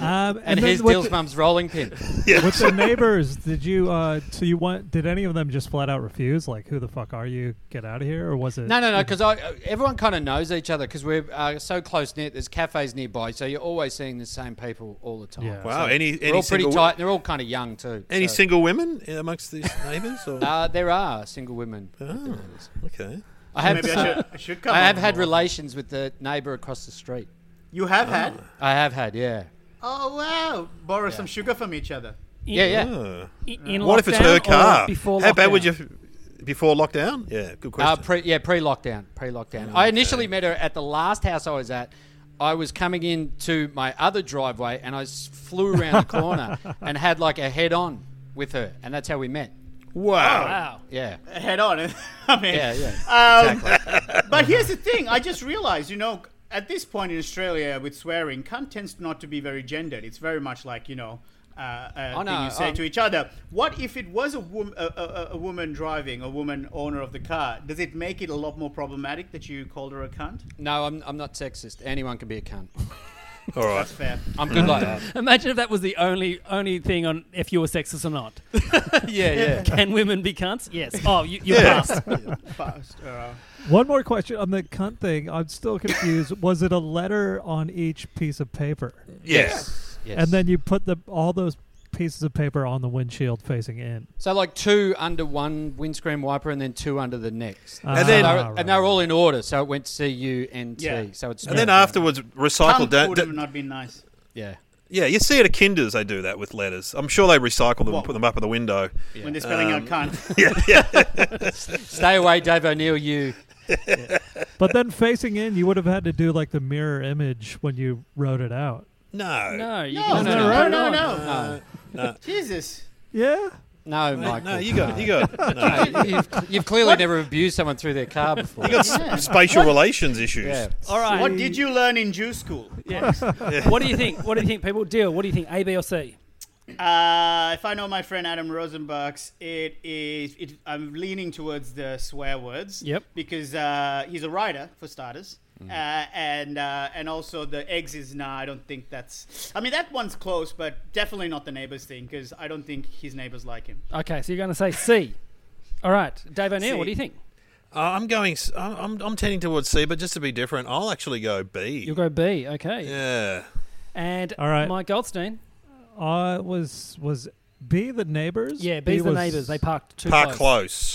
Speaker 7: And,
Speaker 5: then
Speaker 7: here's
Speaker 5: with
Speaker 7: Dill's
Speaker 5: the-
Speaker 7: mum's rolling pin.
Speaker 5: With the neighbors, did you? Uh, so you want? Did any of them just flat out refuse? Like, who the fuck are you? Get out of here! Or was it?
Speaker 7: No, no, no, because everyone kind of knows each other because we're uh, so close knit. There's cafes nearby, so you're always seeing the same people all the time.
Speaker 5: Yeah.
Speaker 4: Wow, any
Speaker 7: They're
Speaker 4: any
Speaker 7: all pretty
Speaker 4: single
Speaker 7: tight. and They're all kind of young too.
Speaker 4: any
Speaker 7: so-
Speaker 4: single women amongst these neighbours? Or?
Speaker 7: Uh, there are single women. with the neighbours.
Speaker 4: okay.
Speaker 7: I have.
Speaker 6: Ah. Maybe I should, I should come.
Speaker 7: I have
Speaker 6: on
Speaker 7: had
Speaker 6: board.
Speaker 7: relations with the neighbour across the street.
Speaker 6: You have
Speaker 7: Oh.
Speaker 6: had.
Speaker 7: I have had, yeah,
Speaker 6: Oh wow! Borrow some sugar from each other.
Speaker 7: yeah, yeah.
Speaker 4: Oh.
Speaker 3: In, in
Speaker 4: What if it's
Speaker 3: lockdown
Speaker 4: her
Speaker 3: or
Speaker 4: car?
Speaker 3: Before
Speaker 4: How bad would
Speaker 3: lockdown?
Speaker 4: you before lockdown? Yeah, good
Speaker 7: Uh,
Speaker 4: question.
Speaker 7: pre, yeah, pre-lockdown, pre-lockdown. I initially met her at the last house I was at. I was coming into my other driveway, and I s- flew around the corner and had like a head-on with her, and that's how we met.
Speaker 4: wow.
Speaker 3: Wow.
Speaker 7: Yeah,
Speaker 6: Head on. I mean,
Speaker 7: yeah, yeah.
Speaker 6: Um,
Speaker 7: Exactly.
Speaker 6: But here's the thing: I just realized, you know, at this point in Australia with swearing, cunt tends not to be very gendered. It's very much like you know. Uh, a
Speaker 7: Oh,
Speaker 6: thing
Speaker 7: no,
Speaker 6: you say
Speaker 7: um,
Speaker 6: to each other. What if it was a, wom- a, a, a- a woman driving, a woman owner of the car? Does it make it a lot more problematic that you called her a cunt?
Speaker 7: No, I'm, I'm not sexist. Anyone can be a cunt.
Speaker 4: All right.
Speaker 6: That's fair.
Speaker 7: I'm good like that.
Speaker 3: Imagine if that was the only only thing on if you were sexist or not.
Speaker 7: Yeah, yeah.
Speaker 3: Can women be cunts? Yes. Oh, you, you're
Speaker 4: Yeah.
Speaker 3: passed.
Speaker 6: Fast. Uh,
Speaker 5: One more question on the cunt thing. I'm still confused. Was it a letter on each piece of paper,
Speaker 4: Yes.
Speaker 7: Yes.
Speaker 5: and then you put the all those pieces of paper on the windshield facing in?
Speaker 7: So like two under one windscreen wiper, and then two under the next.
Speaker 5: And
Speaker 7: And
Speaker 5: then-
Speaker 7: then
Speaker 5: Ah, right.
Speaker 7: and they're all in order, so it went C U N T.
Speaker 6: Yeah.
Speaker 7: So it's
Speaker 4: And then afterwards, recycle.
Speaker 6: cunt
Speaker 4: down.
Speaker 6: would have not been nice.
Speaker 7: yeah.
Speaker 4: yeah, you see it at Kinders. They do that with letters. I'm sure they recycle them
Speaker 6: What?
Speaker 4: and put them up at the window.
Speaker 6: When they're spelling out cunt.
Speaker 4: Yeah, yeah.
Speaker 7: Stay away, Dave O'Neill. You
Speaker 5: But then facing in, you would have had to do like the mirror image when you wrote it out.
Speaker 4: No.
Speaker 3: No, you
Speaker 6: No,
Speaker 3: can-
Speaker 6: no, no, no, no.
Speaker 7: no,
Speaker 6: Jesus.
Speaker 5: Yeah.
Speaker 4: No,
Speaker 7: no, Michael.
Speaker 4: no, you got you got no.
Speaker 7: No, you've, you've clearly never abused someone through their car before.
Speaker 4: you got
Speaker 6: Yeah.
Speaker 4: s- spatial relations issues.
Speaker 7: yeah.
Speaker 3: All right.
Speaker 6: What did you learn in Jew school?
Speaker 3: what do you think? What do you think, people? Deal. What do you think? A, B, or C?
Speaker 6: Uh, if I know my friend Adam Rosenbach's, it is. It, I'm leaning towards the swear words.
Speaker 3: Yep.
Speaker 6: Because uh, he's a writer for starters, uh, and uh, and also the eggs is nah. I don't think that's. I mean that one's close, but definitely not the neighbors thing because I don't think his neighbors like him.
Speaker 3: Okay, so you're going to say C. All right, Dave O'Neill.
Speaker 6: C.
Speaker 3: What do you think?
Speaker 4: Uh, I'm going. s- I'm I'm- I'm tending towards C, but just to be different, I'll actually go B.
Speaker 3: You'll go B. Okay.
Speaker 4: yeah.
Speaker 3: And
Speaker 5: All right.
Speaker 3: Mike Goldstein.
Speaker 5: Uh, was was B the neighbors?
Speaker 3: Yeah,
Speaker 5: B
Speaker 3: B's the
Speaker 5: was-
Speaker 3: neighbours. They parked too
Speaker 4: Park
Speaker 3: close.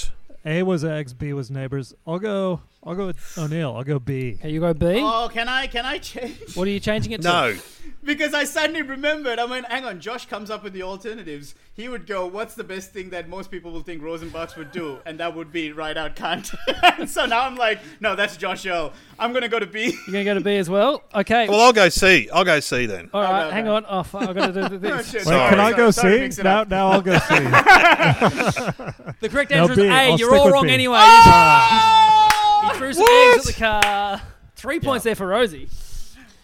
Speaker 4: close.
Speaker 5: A was eggs. B was neighbors. I'll go. I'll go with O'Neill. I'll go B.
Speaker 3: Okay, you go B.
Speaker 6: Oh, can I can I change?
Speaker 3: What are you changing it to?
Speaker 4: No.
Speaker 6: Because I suddenly remembered. I mean, hang on. Josh comes up with the alternatives. He would go, "What's the best thing that most people will think Rosenbachs would do?" And that would be write out cunt. And so now I'm like, no, that's Josh O. I'm gonna go to B.
Speaker 3: You're going to go to B as well. Okay.
Speaker 4: Well, I'll go C. I'll go C then.
Speaker 3: All right.
Speaker 6: no,
Speaker 3: hang
Speaker 6: no.
Speaker 3: on. Oh, fuck, I've got to do
Speaker 6: Oh,
Speaker 3: this.
Speaker 6: shit,
Speaker 5: Wait,
Speaker 4: Sorry.
Speaker 5: can I go
Speaker 6: sorry to
Speaker 5: C?
Speaker 6: mix it
Speaker 5: Now,
Speaker 6: up.
Speaker 5: now I'll go C.
Speaker 3: The correct
Speaker 5: No,
Speaker 3: answer
Speaker 5: B.
Speaker 3: is A.
Speaker 5: I'll
Speaker 3: You're
Speaker 5: stick
Speaker 3: all
Speaker 5: with
Speaker 3: wrong
Speaker 5: B.
Speaker 3: anyway.
Speaker 4: Ah!
Speaker 3: He threw some eggs at the car. Three points there for Rosie.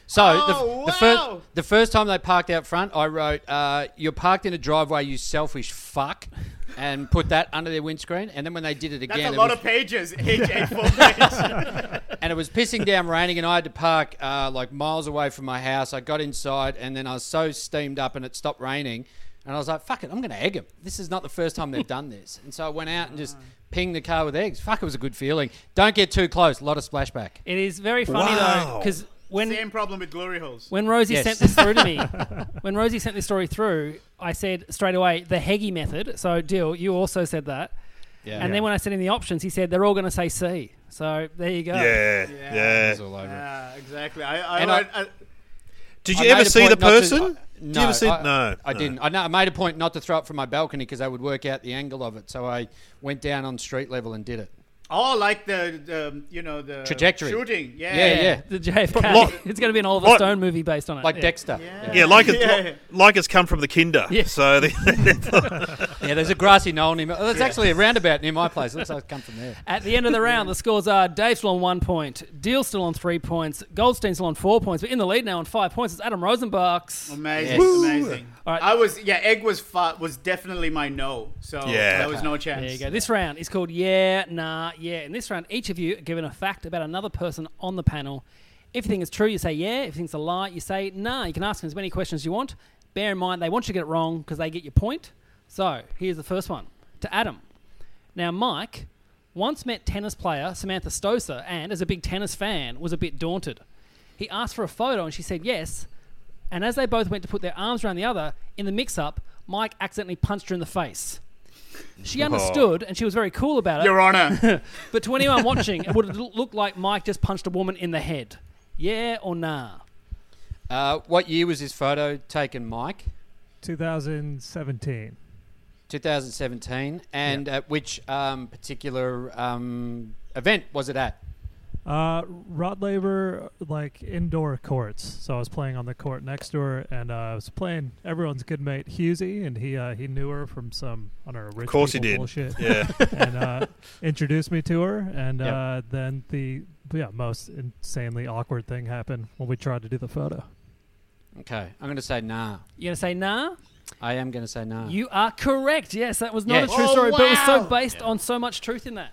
Speaker 7: So
Speaker 6: Oh,
Speaker 7: the, f- the,
Speaker 6: wow.
Speaker 7: first, the first time they parked out front, I wrote, uh, "You're parked in a driveway, you selfish fuck," and put that under their windscreen. And then when they did it
Speaker 6: That's
Speaker 7: again,
Speaker 6: a
Speaker 7: it
Speaker 6: lot
Speaker 7: was-
Speaker 6: of pages. H eight four page.
Speaker 7: and it was pissing down raining and i had to park uh, like miles away from my house i got inside and then i was so steamed up and it stopped raining and i was like fuck it i'm going to egg them this is not the first time they've done this and so i went out and just
Speaker 3: Ah.
Speaker 7: pinged the car with eggs fuck it was a good feeling don't get too close a lot of splashback
Speaker 3: It is very funny though
Speaker 4: Wow.
Speaker 3: because when
Speaker 6: Same problem with glory holes.
Speaker 3: when Rosie
Speaker 7: Yes.
Speaker 3: sent this through to me, when Rosie sent this story through, I said straight away the Heggie method. So, Dill, you also said that.
Speaker 7: yeah
Speaker 3: And then when I sent in the options, he said they're all going to say C. So there you go.
Speaker 4: Yeah. Yeah.
Speaker 7: It was all over.
Speaker 6: Yeah, exactly. I, I,
Speaker 7: And
Speaker 6: wrote-
Speaker 7: I-
Speaker 6: I-
Speaker 4: Did
Speaker 7: I
Speaker 4: you ever
Speaker 7: made a
Speaker 4: see the
Speaker 7: point not to-
Speaker 4: person?
Speaker 7: I-
Speaker 4: Did
Speaker 7: no,
Speaker 4: you ever see?
Speaker 7: I,
Speaker 4: no.
Speaker 7: I
Speaker 4: no.
Speaker 7: didn't. I, no, I made a point not to throw it from my balcony because I would work out the angle of it. So I went down on street level and did it.
Speaker 6: oh, like the, the you know the
Speaker 7: Trajectory.
Speaker 6: shooting. Yeah.
Speaker 7: Yeah, yeah.
Speaker 3: The JFK.
Speaker 4: Lot-
Speaker 3: it's going to be an Oliver
Speaker 4: Lot-
Speaker 3: Stone movie based on it.
Speaker 7: Like
Speaker 3: yeah.
Speaker 7: Dexter.
Speaker 6: Yeah.
Speaker 4: Yeah, like it's
Speaker 6: Yeah.
Speaker 4: like it's come from the Kinder.
Speaker 3: Yeah.
Speaker 4: So the,
Speaker 7: Yeah, there's a grassy knoll near. my- oh, There's actually a roundabout near my place. It looks like it's come from there.
Speaker 3: At the end of the round, the scores are Dave still on one point, Deal still on three points, Goldstein still on four points, but in the lead now on five points is Adam Rosenbach's.
Speaker 6: Amazing,
Speaker 7: Yes.
Speaker 6: amazing.
Speaker 3: All right.
Speaker 6: I was yeah, egg was fu- was definitely my no. So
Speaker 4: Yeah.
Speaker 6: there was no chance.
Speaker 3: There you go. This round is called Yeah, Nah, Yeah. In this round, each of you are given a fact about another person on the panel. If you think it's true, you say yeah. If you think it's a lie, you say nah. You can ask them as many questions as you want. Bear in mind, they want you to get it wrong because they get your point. So here's the first one to Adam. Now, Mike once met tennis player Samantha Stosur and, as a big tennis fan, was a bit daunted. He asked for a photo and she said yes. And as they both went to put their arms around the other in the mix up, Mike accidentally punched her in the face. She
Speaker 6: Oh.
Speaker 3: understood and she was very cool about it.
Speaker 6: Your Honor.
Speaker 3: But to anyone watching, it would have looked like Mike just punched a woman in the head. Yeah or nah?
Speaker 7: Uh, what year was this photo taken, Mike?
Speaker 5: 2017.
Speaker 7: 2017. And at which um, particular um, event was it at?
Speaker 5: Uh, rod labor, like indoor courts. So I was playing on the court next door, and uh, I was playing everyone's good mate Husey, and he uh, he knew her from some I don't know rich
Speaker 4: course he
Speaker 5: people
Speaker 4: did.
Speaker 5: bullshit.
Speaker 4: Yeah.
Speaker 5: and uh, introduced me to her, and
Speaker 7: Yep.
Speaker 5: uh, then the yeah most insanely awkward thing happened when we tried to do the photo.
Speaker 7: Okay, I'm going to say nah.
Speaker 3: You gonna say nah?
Speaker 7: I am going to say nah.
Speaker 3: You are correct. Yes, that was not
Speaker 7: Yes.
Speaker 3: a true
Speaker 6: Oh,
Speaker 3: story, but it was so
Speaker 6: wow.
Speaker 3: based on so much truth in that.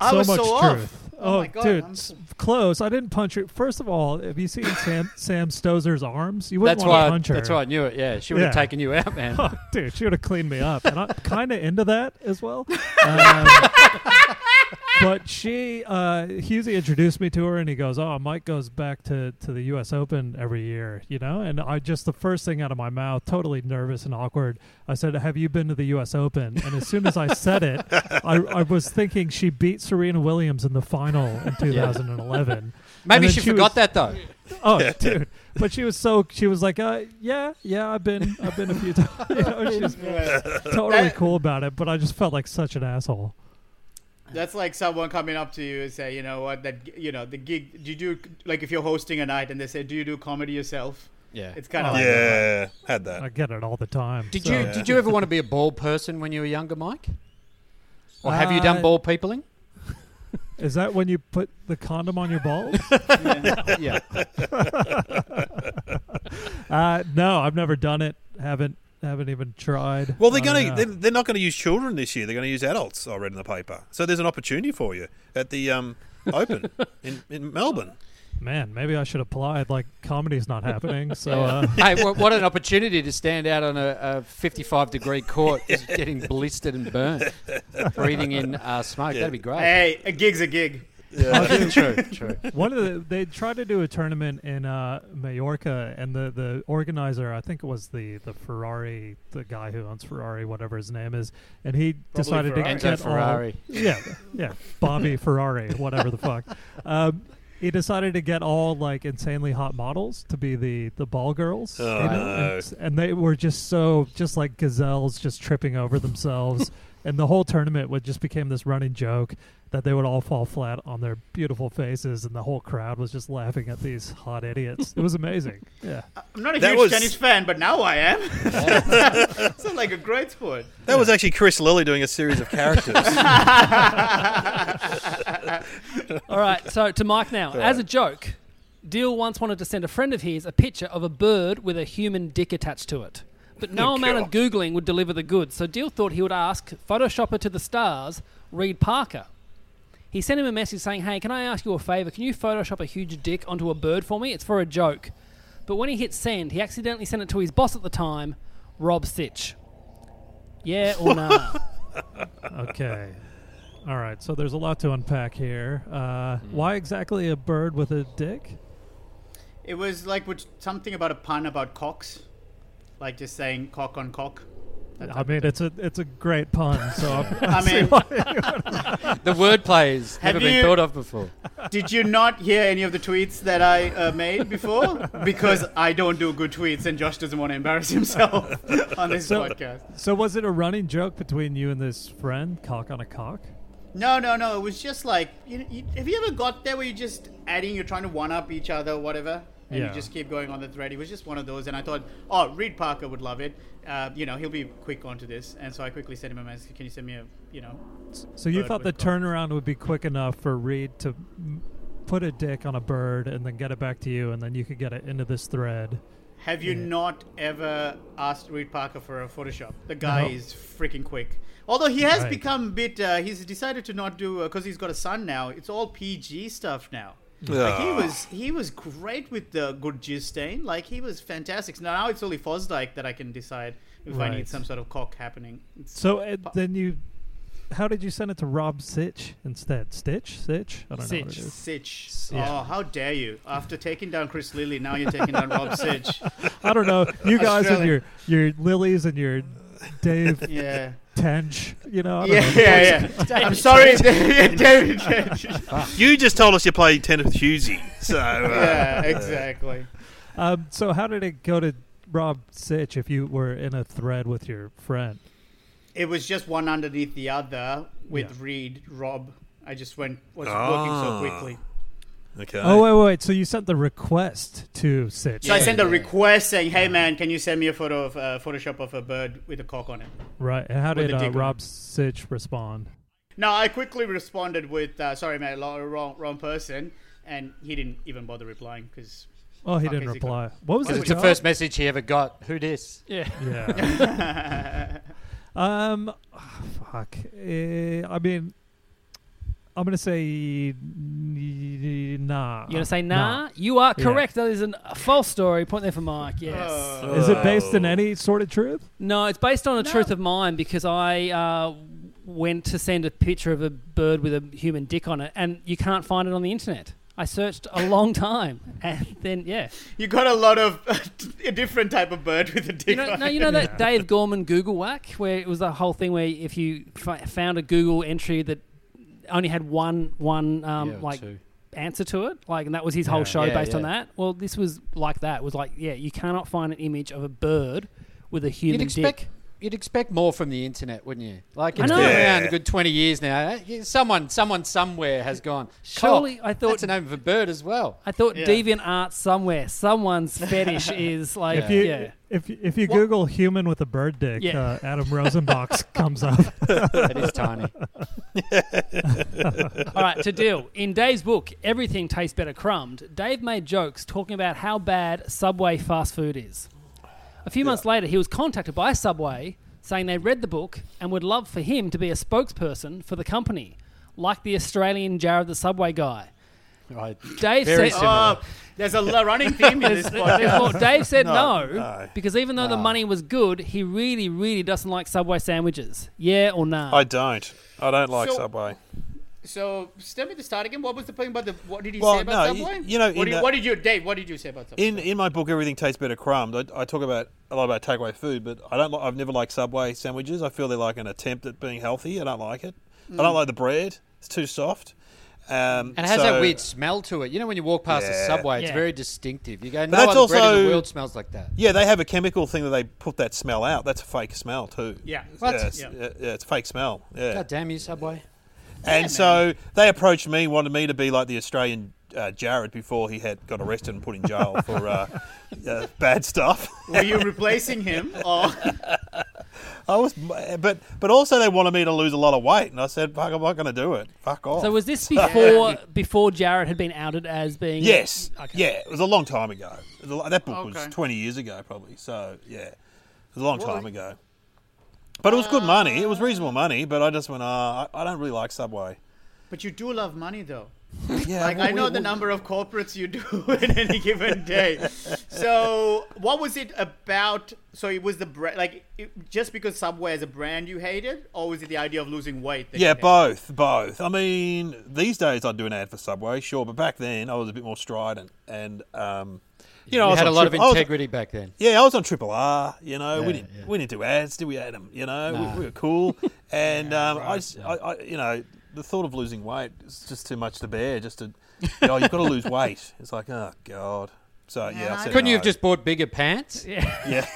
Speaker 6: I
Speaker 5: so
Speaker 6: was
Speaker 5: much
Speaker 6: so off.
Speaker 5: truth.
Speaker 6: Oh my God,
Speaker 5: dude,
Speaker 6: I'm
Speaker 5: s-
Speaker 6: so-
Speaker 5: close. I didn't punch her. First of all, have you seen Sam Sam Stozer's arms? You wouldn't
Speaker 7: that's
Speaker 5: want
Speaker 7: why.
Speaker 5: to
Speaker 7: I,
Speaker 5: punch her.
Speaker 7: that's why I knew it. Yeah, she would have
Speaker 5: Yeah.
Speaker 7: taken you out, man.
Speaker 5: Oh, dude, she would have cleaned me up, and I'm kind of into that as well. Um, but she, uh, Husey introduced me to her, and he goes, "Oh, Mike goes back to to the U.S. Open every year, you know." And I just the first thing out of my mouth, totally nervous and awkward, I said, "Have you been to the U.S. Open?" And as soon as I said it, I, I was thinking she beat Serena Williams in the final in 2011. And
Speaker 7: Maybe
Speaker 5: then
Speaker 7: she, forgot
Speaker 5: was-
Speaker 7: that though.
Speaker 5: Oh, dude! But she was so she was like, uh, yeah, yeah, I've been, I've been a few times. You know, she's totally
Speaker 6: That-
Speaker 5: cool about it, but I just felt like such an asshole.
Speaker 6: That's like someone coming up to you and say, you know what, that you know the gig. Do you do like if you're hosting a night and they say, do you do comedy yourself?
Speaker 7: Oh, Yeah.
Speaker 6: It's kind of like that.
Speaker 4: Oh, Yeah, had that.
Speaker 5: I get it all the time.
Speaker 7: Did
Speaker 5: so-
Speaker 7: you did you ever want to be a ball person when you were younger, Mike? Or have you
Speaker 5: Uh,
Speaker 7: done ball peopling?
Speaker 5: Is that when you put the condom on your balls?
Speaker 7: Yeah.
Speaker 5: uh, no, I've never done it. Haven't, haven't even tried.
Speaker 4: Well,
Speaker 7: Oh,
Speaker 4: they're
Speaker 5: I don't
Speaker 4: going to
Speaker 5: know.
Speaker 4: they're, they're not going to use children this year. They're going to use adults. I read in the paper. So there's an opportunity for you at the um, Open in, in Melbourne.
Speaker 5: Man, maybe I should apply. Like comedy's not happening, so uh,
Speaker 7: hey, wha- what an opportunity to stand out on a, a 55 degree court, just getting blistered and burnt, breathing in uh, smoke. That'd be great. Oh,
Speaker 6: Hey, a gig's a gig.
Speaker 7: true, true.
Speaker 5: One of the they tried to do a tournament in uh, Mallorca, and the, the organizer I think it was the the Ferrari, the guy who owns Ferrari, whatever his name is, and he decided
Speaker 6: Ferrari.
Speaker 5: to
Speaker 7: Enter
Speaker 5: get all-
Speaker 7: Ferrari.
Speaker 5: yeah, yeah, Bobby Ferrari, whatever the fuck. Um, he decided to get all like insanely hot models to be the the ball girls,
Speaker 4: Oh, no.
Speaker 5: and, and they were just so just like gazelles, just tripping over themselves. And the whole tournament would just became this running joke that they would all fall flat on their beautiful faces, and the whole crowd was just laughing at these hot idiots. It was amazing. Yeah,
Speaker 6: I'm not a
Speaker 4: That
Speaker 6: huge
Speaker 4: was-
Speaker 6: tennis fan, but now I am. It's like a great sport.
Speaker 4: That was actually Chris Lilly doing a series of characters.
Speaker 3: All right, so to Mike now. As a joke, Deal once wanted to send a friend of his a picture of a bird with a human dick attached to it. But no amount of Googling would deliver the goods, so Deal thought he would ask Photoshopper to the stars, Reed Parker. He sent him a message saying, Hey, can I ask you a favour? Can you Photoshop a huge dick onto a bird for me? It's for a joke. But when he hit send, he accidentally sent it to his boss at the time, Rob Sitch. Yeah or nah?
Speaker 5: Okay. All right. So there's a lot to unpack here. Uh, Why exactly a bird with a dick?
Speaker 6: It was like with something about a pun about cocks, like just saying cock on cock.
Speaker 5: I mean, it's a it's a great pun. So I'm,
Speaker 6: I mean,
Speaker 7: The wordplay has
Speaker 6: Have
Speaker 7: never been
Speaker 6: you-
Speaker 7: thought of before.
Speaker 6: did you not hear any of the tweets that I uh, made before? Because I don't do good tweets, and Josh doesn't want to embarrass himself on this
Speaker 5: So-
Speaker 6: podcast.
Speaker 5: so was it a running joke between you and this friend, cock on a cock?
Speaker 6: No, no, no. It was just like, you, you, have you ever got there where you're just adding, you're trying to one up each other, or whatever, and
Speaker 5: Yeah.
Speaker 6: you just keep going on the thread. It was just one of those, and I thought, oh, Reed Parker would love it. Uh, you know, he'll be quick onto this, and so I quickly sent him a message. Can you send me a, you know,
Speaker 5: So you
Speaker 6: Bird
Speaker 5: thought the
Speaker 6: with cock.
Speaker 5: turnaround would be quick enough for Reed to m- put a dick on a bird and then get it back to you, and then you could get it into this thread.
Speaker 6: have you not ever asked Reed Parker for a Photoshop? The guy
Speaker 5: No.
Speaker 6: is freaking quick. Although he has
Speaker 5: Right.
Speaker 6: become a bit, uh, he's decided to not do because he's got a son now. It's all PG stuff now. Like he was he was great with the good jizz stain. Like he was fantastic. Now it's only Fosdyke that I can decide if I
Speaker 5: Right.
Speaker 6: need some sort of cock happening. It's-
Speaker 5: So it, uh, then you how did you send it to Rob Sitch instead? Stitch, Sitch. I don't know what it
Speaker 3: Sitch.
Speaker 5: is.
Speaker 6: Sitch.
Speaker 5: Yeah.
Speaker 6: Oh, how dare you! After taking down Chris Lilly, now you're taking down Rob Sitch.
Speaker 5: I don't know. You guys and your
Speaker 6: Australian.
Speaker 5: your lilies and your Dave
Speaker 6: Yeah.
Speaker 5: Tench. You know. I don't
Speaker 6: Yeah,
Speaker 5: know.
Speaker 6: yeah, yeah. I'm sorry, David. Tench.
Speaker 4: You just told us you play Tennis Husey, so uh,
Speaker 6: yeah, exactly.
Speaker 5: Um, so how did it go to Rob Sitch if you were in a thread with your friend?
Speaker 6: It was just one underneath the other with
Speaker 5: Yeah.
Speaker 6: Reed, Rob. I just went was
Speaker 4: Ah.
Speaker 6: working so quickly.
Speaker 4: okay.
Speaker 5: Oh wait, wait, wait. So you sent the request to Sitch,
Speaker 6: So I
Speaker 2: Yeah,
Speaker 6: sent a
Speaker 2: yeah.
Speaker 6: request saying, "Hey man, can you send me a photo of uh, Photoshop of a bird with a cock on it?"
Speaker 5: right? And how
Speaker 6: With
Speaker 5: did
Speaker 6: the
Speaker 5: uh,
Speaker 6: dick on.
Speaker 5: Rob Sitch respond?
Speaker 6: No, I quickly responded with, uh, "Sorry man, lo- wrong wrong person," and he didn't even bother replying because
Speaker 5: Oh, he
Speaker 6: Fuck
Speaker 5: didn't
Speaker 6: is he
Speaker 5: reply. What was
Speaker 6: What
Speaker 5: it?
Speaker 6: was
Speaker 7: It's the first message he ever got. Who dis?
Speaker 3: Yeah.
Speaker 5: Yeah. um, ah, fuck. Eh, I mean, I'm gonna say n- nah.
Speaker 3: You're gonna say Uh, nah? You are
Speaker 5: Yeah.
Speaker 3: correct. That is an- a false story. Point there for Mike. Yes.
Speaker 6: uh,
Speaker 5: Is it based
Speaker 6: Oh.
Speaker 5: in any sort of truth?
Speaker 3: No, it's based on a truth of mine because I uh, went to send a picture of a bird with a human dick on it, and you can't find it on the internet. I searched a long time, and then yeah,
Speaker 6: you got a lot of a different type of bird with a dick
Speaker 3: you know,
Speaker 6: on
Speaker 3: no,
Speaker 6: it.
Speaker 3: you know that Dave Gorman Google whack where it was the whole thing where if you f- found a Google entry that only had one one um, like answer to it, like, and that was his whole show
Speaker 7: Yeah,
Speaker 3: based on
Speaker 7: yeah.
Speaker 3: that. Well, this was like that. It was like, yeah, you cannot find an image of a bird with a human
Speaker 7: You'd expect.
Speaker 3: dick.
Speaker 7: You'd expect more from the internet, wouldn't you? Like
Speaker 3: I
Speaker 7: it's
Speaker 3: know.
Speaker 7: been around
Speaker 4: Yeah.
Speaker 7: a good twenty years now. eh? Yeah, Someone, someone, somewhere has gone.
Speaker 3: Surely,
Speaker 7: "Cock,
Speaker 3: I thought-
Speaker 7: that's the name of a bird as well.
Speaker 3: I thought
Speaker 6: Yeah.
Speaker 3: deviant art somewhere, someone's fetish is like,
Speaker 5: If you
Speaker 3: yeah.
Speaker 5: if if you Google human with a bird dick,
Speaker 3: Yeah.
Speaker 5: uh, Adam Rosenbach comes up.
Speaker 7: It is tiny.
Speaker 3: All right, to deal. In Dave's book, Everything Tastes Better Crumbed, Dave made jokes talking about how bad Subway fast food is. A few months later, he was contacted by Subway saying they read the book and would love for him to be a spokesperson for the company, like the Australian Jared the Subway guy.
Speaker 7: Right.
Speaker 3: Dave
Speaker 7: Very
Speaker 3: said, oh,
Speaker 7: similar.
Speaker 6: Oh, there's a l- running theme in this podcast.
Speaker 3: Well, Dave said no,
Speaker 4: no.
Speaker 3: because even though the money was good, he really, really doesn't like Subway sandwiches. Yeah or nah?
Speaker 4: I don't. I don't like
Speaker 6: So-
Speaker 4: Subway.
Speaker 6: So, tell me the start again. What was the point about the? What did you
Speaker 4: Well,
Speaker 6: say about
Speaker 4: no, y-
Speaker 6: Subway?
Speaker 4: you know,
Speaker 6: what
Speaker 4: in
Speaker 6: did,
Speaker 4: the-
Speaker 6: what did you, Dave? What did you say about Subway?
Speaker 4: In in my book, everything tastes better crumbed. I, I talk about a lot about takeaway food, but I don't. Li- I've never liked Subway sandwiches. I feel they're like an attempt at being healthy. I don't like it. I don't like the bread. It's too soft. Um,
Speaker 7: Mm. And it has
Speaker 4: so-
Speaker 7: that weird smell to it. You know, when you walk past
Speaker 4: Yeah.
Speaker 7: a subway, it's
Speaker 3: Yeah.
Speaker 7: very distinctive. You go, no
Speaker 4: that's
Speaker 7: other bread in
Speaker 4: also-
Speaker 7: the world smells like that.
Speaker 4: Yeah, they have a chemical thing that they put that smell out. That's a fake smell too.
Speaker 6: Yeah.
Speaker 4: Yeah,
Speaker 6: What?
Speaker 4: it's,
Speaker 6: Yeah.
Speaker 4: yeah, yeah, it's fake smell. Yeah.
Speaker 7: God damn you, subway.
Speaker 4: and so they approached me, wanted me to be like the Australian uh, Jared before he had got arrested and put in jail for uh, uh, bad stuff.
Speaker 6: Were you replacing him? Or
Speaker 4: I was, but but also they wanted me to lose a lot of weight, and I said, "Fuck, I'm not going to do it. Fuck off."
Speaker 3: So was this before before Jared had been outed as being?
Speaker 4: yes, yeah, it was a long time ago. It was a lo- That book was
Speaker 6: Okay.
Speaker 4: 20 years ago, probably. So yeah, it was a long time ago. But it was good money. It
Speaker 6: Uh,
Speaker 4: was reasonable money. But I just went, ah, I, I don't really like Subway.
Speaker 6: but you do love money, though.
Speaker 4: Yeah,
Speaker 6: Like I know the number of corporates you do in any given day. So what was it about? So it was the brand, like it, just because Subway as a brand you hated, or was it the idea of losing weight? that you
Speaker 4: Yeah,
Speaker 6: hated?
Speaker 4: both, both. I mean, these days I'd do an ad for Subway, sure, but back then I was a bit more strident, and um, you know, I
Speaker 7: You
Speaker 4: was
Speaker 7: had a
Speaker 4: on
Speaker 7: lot of
Speaker 4: Triple- I was-
Speaker 7: integrity back then.
Speaker 4: Yeah, I was on Triple R. You know, we
Speaker 7: Yeah,
Speaker 4: didn't
Speaker 7: yeah.
Speaker 4: we didn't do ads, did we, Adam? You know, we, we were cool. And um, I, just, I, I, you know, the thought of losing weight is just too much to bear. Just to, you know, you've got to lose weight. It's like, oh god. So yeah, I said
Speaker 7: Couldn't you
Speaker 4: no.
Speaker 7: have just bought bigger pants?
Speaker 4: yeah?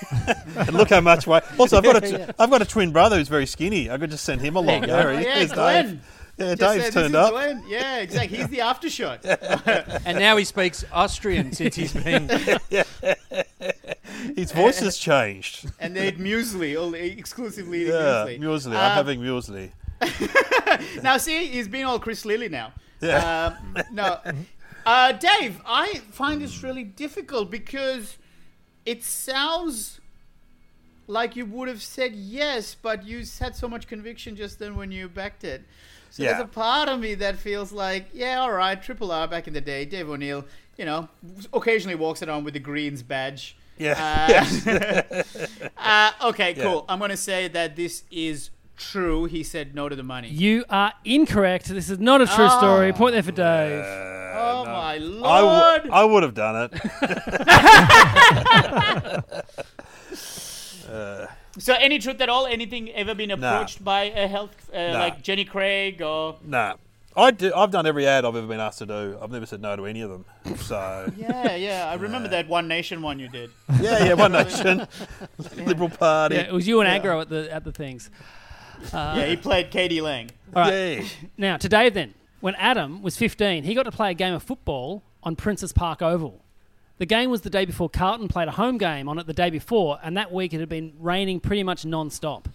Speaker 4: and look how much weight. Also, I've got a have got a twin brother who's very skinny. I could just send him along.
Speaker 7: go.
Speaker 4: There he
Speaker 6: Yeah,
Speaker 4: is, Dave.
Speaker 6: Glenn.
Speaker 4: Yeah,
Speaker 6: Just say,
Speaker 4: Dave's
Speaker 6: "This
Speaker 4: turned
Speaker 6: is
Speaker 4: up.
Speaker 6: Glenn." Yeah, exactly. He's the aftershot.
Speaker 7: And now he speaks Austrian since he's been.
Speaker 4: His voice has changed.
Speaker 6: and they had muesli, only exclusively eating
Speaker 4: Yeah,
Speaker 6: muesli.
Speaker 4: muesli.
Speaker 6: Um,
Speaker 4: I'm having muesli.
Speaker 6: Now, see, he's been all Chris Lilly now.
Speaker 4: Yeah.
Speaker 6: Um, no, uh, Dave, I find this really difficult because it sounds like you would have said yes, but you had so much conviction just then when you backed it. So
Speaker 4: Yeah.
Speaker 6: there's a part of me that feels like, yeah, all right, Triple R back in the day, Dave O'Neill, you know, occasionally walks around with the Greens badge.
Speaker 4: Yeah.
Speaker 6: Uh, uh, okay, cool. I'm going to say that this is true. He said no to the money.
Speaker 3: You are incorrect. This is not a true story. Point there for Dave.
Speaker 6: oh my lord!
Speaker 4: I, w- I would have done it.
Speaker 6: so, any truth at all? Anything ever been approached by a health uh, like Jenny Craig or?
Speaker 4: Nah. I do, I've done every ad I've ever been asked to do. I've never said no to any of them. So
Speaker 6: Yeah, yeah. I remember that One Nation one you did.
Speaker 4: yeah, yeah, One Nation, Liberal Party.
Speaker 3: Yeah, it was you and Agro at the at the things.
Speaker 6: yeah, he played Katie Lang.
Speaker 4: Yeah.
Speaker 3: Now, today then, when Adam was 15, he got to play a game of football on Princess Park Oval. The game was the day before Carlton played a home game on it the day before, and that week it had been raining pretty much non stop.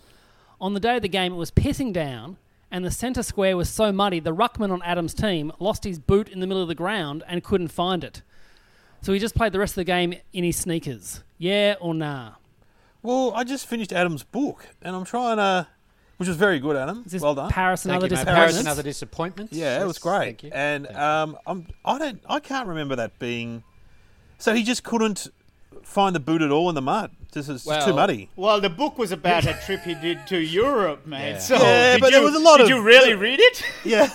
Speaker 3: On the day of the game, it was pissing down, and the centre square was so muddy the ruckman on Adam's team lost his boot in the middle of the ground and couldn't find it. So he just played the rest of the game in his sneakers. Yeah or nah?
Speaker 4: Well, I just finished Adam's book, and I'm trying to, which was very good, Adam.
Speaker 3: Is this
Speaker 4: well done.
Speaker 3: Paris and
Speaker 7: Thank
Speaker 3: other
Speaker 7: you, mate. Paris,
Speaker 3: disappointments?
Speaker 7: another disappointment.
Speaker 4: Yeah, it was
Speaker 7: Yes,
Speaker 4: great.
Speaker 7: Thank you.
Speaker 4: And um, I'm, I don't, I can't remember that being. So he just couldn't find the boot at all in the mud. This is too
Speaker 7: Well-
Speaker 4: muddy.
Speaker 6: Well, the book was about a trip he did to Europe, mate.
Speaker 7: Yeah.
Speaker 6: So
Speaker 4: Yeah,
Speaker 6: did
Speaker 4: but
Speaker 6: you,
Speaker 4: there was a lot
Speaker 6: did
Speaker 4: of-
Speaker 6: you really read it?
Speaker 4: Yeah,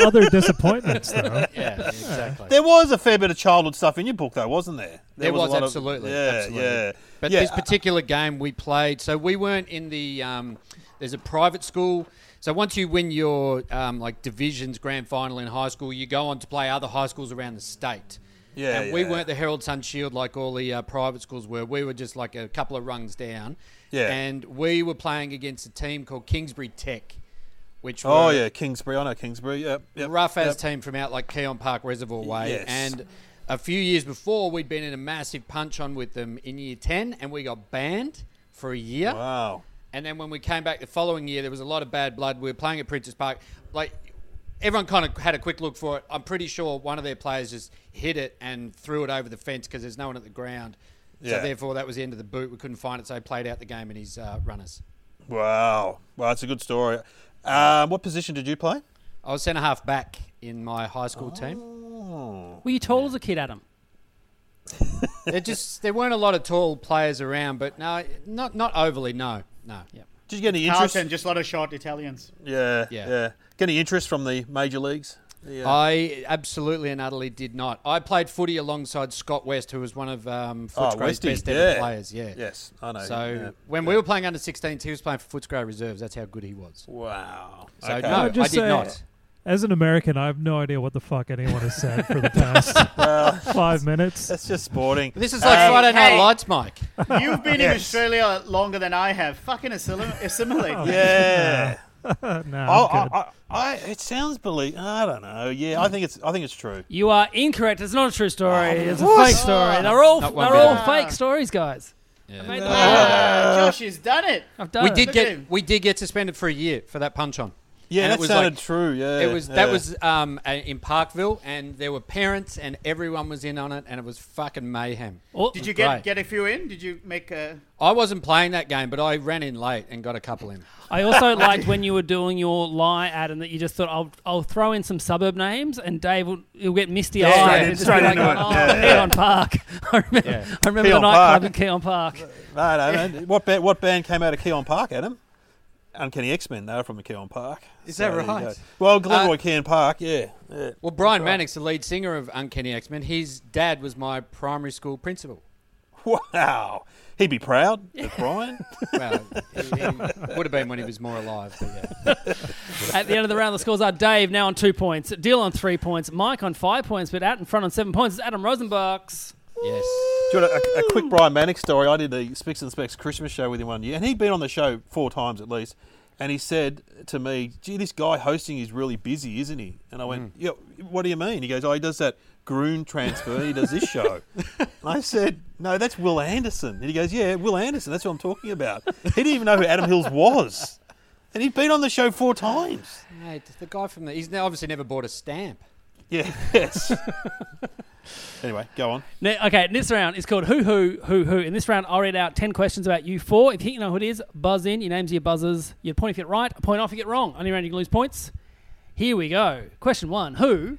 Speaker 5: Other disappointments, though.
Speaker 7: yeah, exactly.
Speaker 4: there was a fair bit of childhood stuff in your book, though, wasn't there? There,
Speaker 7: There
Speaker 4: was,
Speaker 7: was,
Speaker 4: a lot of-
Speaker 7: absolutely,
Speaker 4: yeah,
Speaker 7: absolutely.
Speaker 4: yeah.
Speaker 7: But
Speaker 4: yeah, uh,
Speaker 7: this particular game we played, so we weren't in the. Um, there's a private school. So once you win your um, like divisions grand final in high school, you go on to play other high schools around the state.
Speaker 4: Yeah,
Speaker 7: and we
Speaker 4: yeah.
Speaker 7: weren't the Herald Sun Shield like all the uh, private schools were. We were just like a couple of rungs down.
Speaker 4: Yeah.
Speaker 7: And we were playing against a team called Kingsbury Tech, which
Speaker 4: oh
Speaker 7: were
Speaker 4: yeah, Kingsbury. I know Kingsbury. Yep, yep,
Speaker 7: rough as
Speaker 4: yep.
Speaker 7: team from out like Keon Park Reservoir Way.
Speaker 4: Yes.
Speaker 7: And a few years before, we'd been in a massive punch on with them in year 10, and we got banned for a year.
Speaker 4: Wow.
Speaker 7: And then when we came back the following year, there was a lot of bad blood. We were playing at Princess Park. Like, everyone kind of had a quick look for it. I'm pretty sure one of their players just hit it and threw it over the fence because there's no one at the ground.
Speaker 4: Yeah.
Speaker 7: So, therefore, that was the end of the boot. We couldn't find it, so he played out the game in his uh, runners.
Speaker 4: Wow. Wow, it's a good story. Um, what position did you play?
Speaker 7: I was centre half back in my high
Speaker 4: Oh.
Speaker 7: school team.
Speaker 3: Were you tall as a kid, Adam?
Speaker 7: there just there weren't a lot of tall players around, but no, not not overly. No, no.
Speaker 4: Did you get any interest?
Speaker 6: Carlton, just a lot of short Italians.
Speaker 4: Yeah, yeah,
Speaker 7: Yeah.
Speaker 4: Get any interest from the major leagues? The, uh,
Speaker 7: I absolutely and utterly did not. I played footy alongside Scott West, who was one of um, Footscray's
Speaker 4: Westy,
Speaker 7: best ever
Speaker 4: Oh, yeah.
Speaker 7: players. Yeah.
Speaker 4: Yes, I know.
Speaker 7: So
Speaker 4: yeah.
Speaker 7: when we were playing under 16s, he was playing for Footscray reserves. That's how good he was.
Speaker 4: wow.
Speaker 7: So
Speaker 4: Okay.
Speaker 7: no,
Speaker 5: I'll
Speaker 7: I did
Speaker 5: just say-
Speaker 7: not.
Speaker 5: As an American, I have no idea what the fuck anyone has said for the past five minutes.
Speaker 4: That's just sporting.
Speaker 7: This is like
Speaker 4: Um,
Speaker 7: Friday Night
Speaker 6: hey.
Speaker 7: Lights, Mike.
Speaker 6: You've been in
Speaker 4: Yes.
Speaker 6: Australia longer than I have. Fucking assimil- assimilate. mate.
Speaker 4: Yeah.
Speaker 5: No,
Speaker 4: Oh,
Speaker 5: I'm
Speaker 4: I,
Speaker 5: good.
Speaker 4: I, I, it sounds believe. I don't know. Yeah, I think it's. I think it's true.
Speaker 3: You are incorrect. It's not a true story. It's a fake story. They're all
Speaker 7: Not
Speaker 3: they're
Speaker 7: one
Speaker 3: all
Speaker 7: bit.
Speaker 3: fake stories, guys. I made them up.
Speaker 6: Ah, Josh has done it.
Speaker 3: I've done
Speaker 7: We
Speaker 3: it.
Speaker 7: did
Speaker 6: Look at him.
Speaker 7: get we did get suspended for a year for that punch on.
Speaker 4: Yeah,
Speaker 7: And
Speaker 4: that
Speaker 7: it was
Speaker 4: sounded
Speaker 7: like-
Speaker 4: true. Yeah,
Speaker 7: It was
Speaker 4: yeah.
Speaker 7: that was um, a- in Parkville, and there were parents, and everyone was in on it, and it was fucking mayhem.
Speaker 3: Oh,
Speaker 6: Did you get
Speaker 7: Right.
Speaker 6: get a few in? Did you make a?
Speaker 7: I wasn't playing that game, but I ran in late and got a couple in.
Speaker 3: I also liked when you were doing your lie, Adam, that you just thought I'll I'll throw in some suburb names and Dave will he'll get misty eyed
Speaker 4: Yeah, straight in-
Speaker 3: and just
Speaker 4: straight
Speaker 3: be like,
Speaker 4: into it.
Speaker 3: oh,
Speaker 4: Yeah, yeah.
Speaker 3: Keon Park. I remember, I remember the nightclub
Speaker 4: Keon Park.
Speaker 3: in Keon Park.
Speaker 4: No, no, no. What band? What band came out of Keon Park, Adam? Uncanny X Men. They were from Keon Park.
Speaker 7: Is that
Speaker 4: there you
Speaker 7: right? Uh,
Speaker 4: go. Well, Glenroy Keon Park. Yeah. yeah.
Speaker 7: Well, Brian Mannix, the lead singer of Uncanny X Men, his dad was my primary school principal.
Speaker 4: Wow. He'd be proud. of Brian.
Speaker 7: Well, he, he would have been when he was more alive. But yeah.
Speaker 3: At the end of the round, the scores are Dave now on two points, Dill on three points, Mike on five points, but out in front on seven points is Adam Rosenbach's.
Speaker 7: Yes.
Speaker 4: Do you want a, a quick Brian Manick story? I did the Specs and Specs Christmas show with him one year, and he'd been on the show four times at least. And he said to me, "Gee, this guy hosting is really busy, isn't he?" And I went, "Yeah, what do you mean?" He goes, "Oh, he does that Groon transfer. and He does this show." and I said, "No, that's Will Anderson." And he goes, "Yeah, Will Anderson. That's what I'm talking about." He didn't even know who Adam Hills was, and he'd been on the show four times.
Speaker 7: Mate, the guy from the. He's now obviously never bought a stamp.
Speaker 4: Yeah, yes. anyway, go on.
Speaker 3: Ne- okay, this round is called Who Who Who Who. In this round, I'll read out 10 questions about you four. If you think you know who it is, buzz in. Your names are your buzzers. You get a point if you get it right, a point off if you get it wrong. Only round you can lose points. Here we go. Question one Who,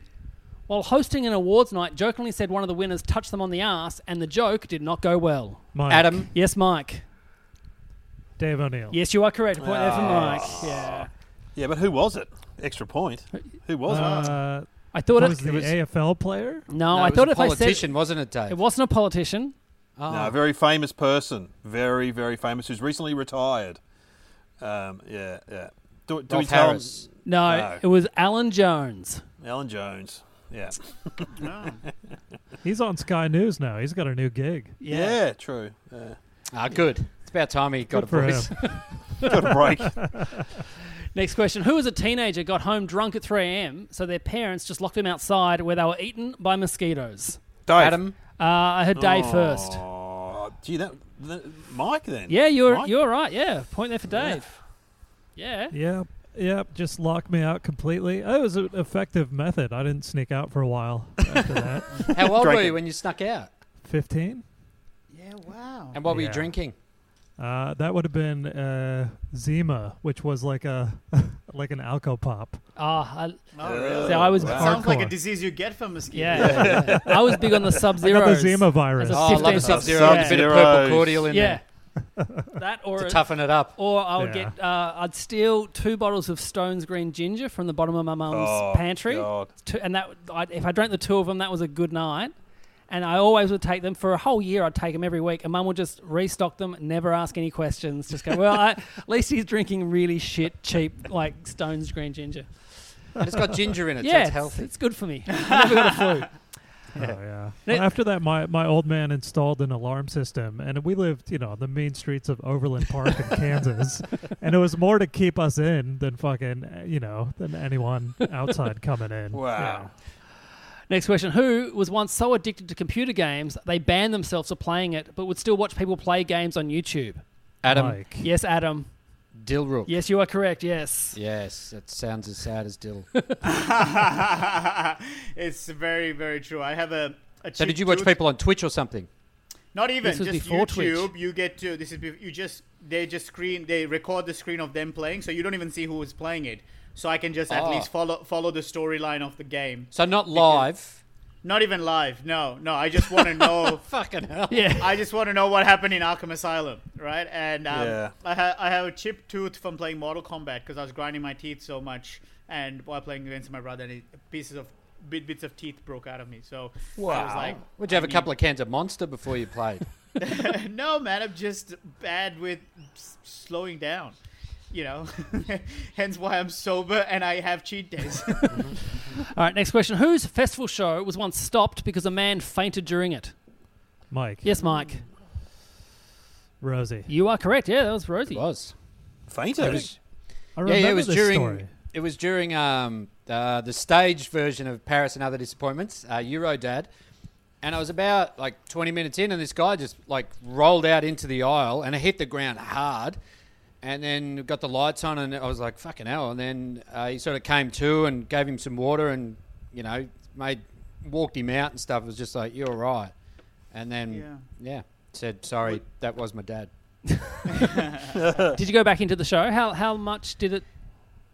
Speaker 3: while hosting an awards night, jokingly said one of the winners touched them on the ass and the joke did not go well?
Speaker 5: Mike.
Speaker 7: Adam
Speaker 3: Yes, Mike.
Speaker 5: Dave O'Neill.
Speaker 3: Yes, you are correct. A Point there for Mike. Yeah.
Speaker 4: Yeah, but who was it? Extra point. Who was it?
Speaker 5: Uh,
Speaker 3: I thought it
Speaker 5: was the
Speaker 3: it was-
Speaker 5: AFL player?
Speaker 3: No,
Speaker 7: No,
Speaker 3: I
Speaker 7: it was
Speaker 3: thought
Speaker 7: a
Speaker 3: if I said
Speaker 7: politician, wasn't it, Dave?
Speaker 3: it wasn't a politician.
Speaker 7: Oh.
Speaker 4: No, a very famous person. Very, very famous who's recently retired. Um, yeah, yeah. Do, do we
Speaker 7: Dolph
Speaker 4: tell him-
Speaker 7: Harris.
Speaker 3: No,
Speaker 4: No.
Speaker 3: it was Alan Jones.
Speaker 4: Alan Jones. Yeah.
Speaker 5: He's on Sky News now. He's got a new gig.
Speaker 4: Yeah, true. Yeah.
Speaker 7: Ah, good. It's about time he got
Speaker 5: Good
Speaker 7: a
Speaker 5: for
Speaker 7: voice.
Speaker 5: him.
Speaker 4: Got a break.
Speaker 3: Next question: Who was a teenager got home drunk at 3 a.m. so their parents just locked him outside where they were eaten by mosquitoes?
Speaker 4: Dave.
Speaker 7: Adam,
Speaker 3: Uh, I heard Dave first.
Speaker 4: Oh, gee, that, that Mike then.
Speaker 3: Yeah, you're
Speaker 4: Mike?
Speaker 3: you're right. Yeah, point there for Dave. Yeah.
Speaker 5: Yep. Yep. Just locked me out completely. It was an effective method. I didn't sneak out for a while after that.
Speaker 7: how old were
Speaker 4: Drinking.
Speaker 7: you when you snuck out?
Speaker 5: 15?
Speaker 6: Yeah, oh, wow.
Speaker 7: And what were you
Speaker 5: Yeah.
Speaker 7: drinking?
Speaker 5: Uh, that would have been uh, Zima, which was like a like an alco pop.
Speaker 3: Ah, I-
Speaker 6: Oh, really?
Speaker 3: So I was
Speaker 6: That
Speaker 5: Wow.
Speaker 6: sounds like a
Speaker 5: Hardcore.
Speaker 6: disease you get from mosquitoes.
Speaker 3: yeah. I was big on the Sub
Speaker 5: I got
Speaker 3: Zero.
Speaker 5: the Zima virus.
Speaker 3: That's a-
Speaker 7: Oh, I love
Speaker 3: 15.
Speaker 7: a Sub Zero. A bit of purple
Speaker 4: Sub-Zeros.
Speaker 7: cordial in
Speaker 3: Yeah. that or
Speaker 7: there to toughen it up.
Speaker 3: or I would
Speaker 5: Yeah.
Speaker 3: get uh, I'd steal two bottles of Stone's Green Ginger from the bottom of my mum's
Speaker 4: Oh,
Speaker 3: pantry.
Speaker 4: God.
Speaker 3: Two- and that I, if I drank the two of them, that was a good night. And I always would take them for a whole year. I'd take them every week, and Mum would just restock them, never ask any questions. Just go, well, I, at least he's drinking really shit cheap like Stone's Green Ginger.
Speaker 7: And it's got ginger in it, so
Speaker 3: yeah,
Speaker 7: it's
Speaker 3: it's,
Speaker 7: healthy.
Speaker 3: it's good for me. I never got a flu.
Speaker 5: Oh yeah. Well, after that, my, my old man installed an alarm system, and we lived, you know, on the mean streets of Overland Park in Kansas, and it was more to keep us in than fucking, uh, you know, than anyone outside coming in.
Speaker 4: Wow.
Speaker 3: Next question: Who was once so addicted to computer games they banned themselves from playing it, but would still watch people play games on YouTube?
Speaker 7: Adam
Speaker 5: Mike.
Speaker 3: Yes, Adam.
Speaker 7: Dilrook.
Speaker 3: Yes, you are correct. Yes.
Speaker 7: Yes, that sounds as sad as Dill.
Speaker 6: it's very, very true. I have a. a
Speaker 7: so
Speaker 6: cheap
Speaker 7: did you watch
Speaker 6: tooth-
Speaker 7: people on Twitch or something?
Speaker 6: Not even
Speaker 3: This was
Speaker 6: just
Speaker 3: before
Speaker 6: YouTube.
Speaker 3: Twitch.
Speaker 6: You get to this is bef- you just they just screen they record the screen of them playing, so you don't even see who is playing it. So I can just at
Speaker 7: Ah.
Speaker 6: least follow follow the storyline of the game.
Speaker 7: So not live.
Speaker 6: Not even live. No, no. I just want to know.
Speaker 7: Fucking hell.
Speaker 3: Yeah.
Speaker 6: I just want to know what happened in Arkham Asylum, right? And um,
Speaker 4: Yeah.
Speaker 6: I, ha- I have a chipped tooth from playing Mortal Kombat because I was grinding my teeth so much, and while playing against my brother, and it, pieces of bit, bits of teeth broke out of me. So I was like,
Speaker 7: Would you have a couple of cans of Monster before you played?
Speaker 6: no, man, I'm just bad with s- slowing down. You know, hence why I'm sober and I have cheat days.
Speaker 3: All right. Next question: Whose festival show was once stopped because a man fainted during it?
Speaker 5: Mike.
Speaker 3: Yes, Mike.
Speaker 5: Rosie.
Speaker 3: You are correct. Yeah, that was
Speaker 7: It
Speaker 3: Rosie.
Speaker 7: was.
Speaker 4: Fainter.
Speaker 7: It was.
Speaker 5: I
Speaker 7: Yeah,
Speaker 5: remember
Speaker 7: yeah, it was
Speaker 5: this
Speaker 7: during.
Speaker 5: story.
Speaker 7: It was during um, uh, the stage version of Paris and Other Disappointments, uh, Eurodad, and I was about like 20 minutes in, and this guy just like rolled out into the aisle and it hit the ground hard, and then got the lights on, and I was like fucking hell, and then uh, he sort of came to and gave him some water, and you know made walked him out and stuff. It was just like you're all right, and then yeah,
Speaker 6: Yeah.
Speaker 7: said sorry, that was my dad.
Speaker 3: Did you go back into the show? How how much did it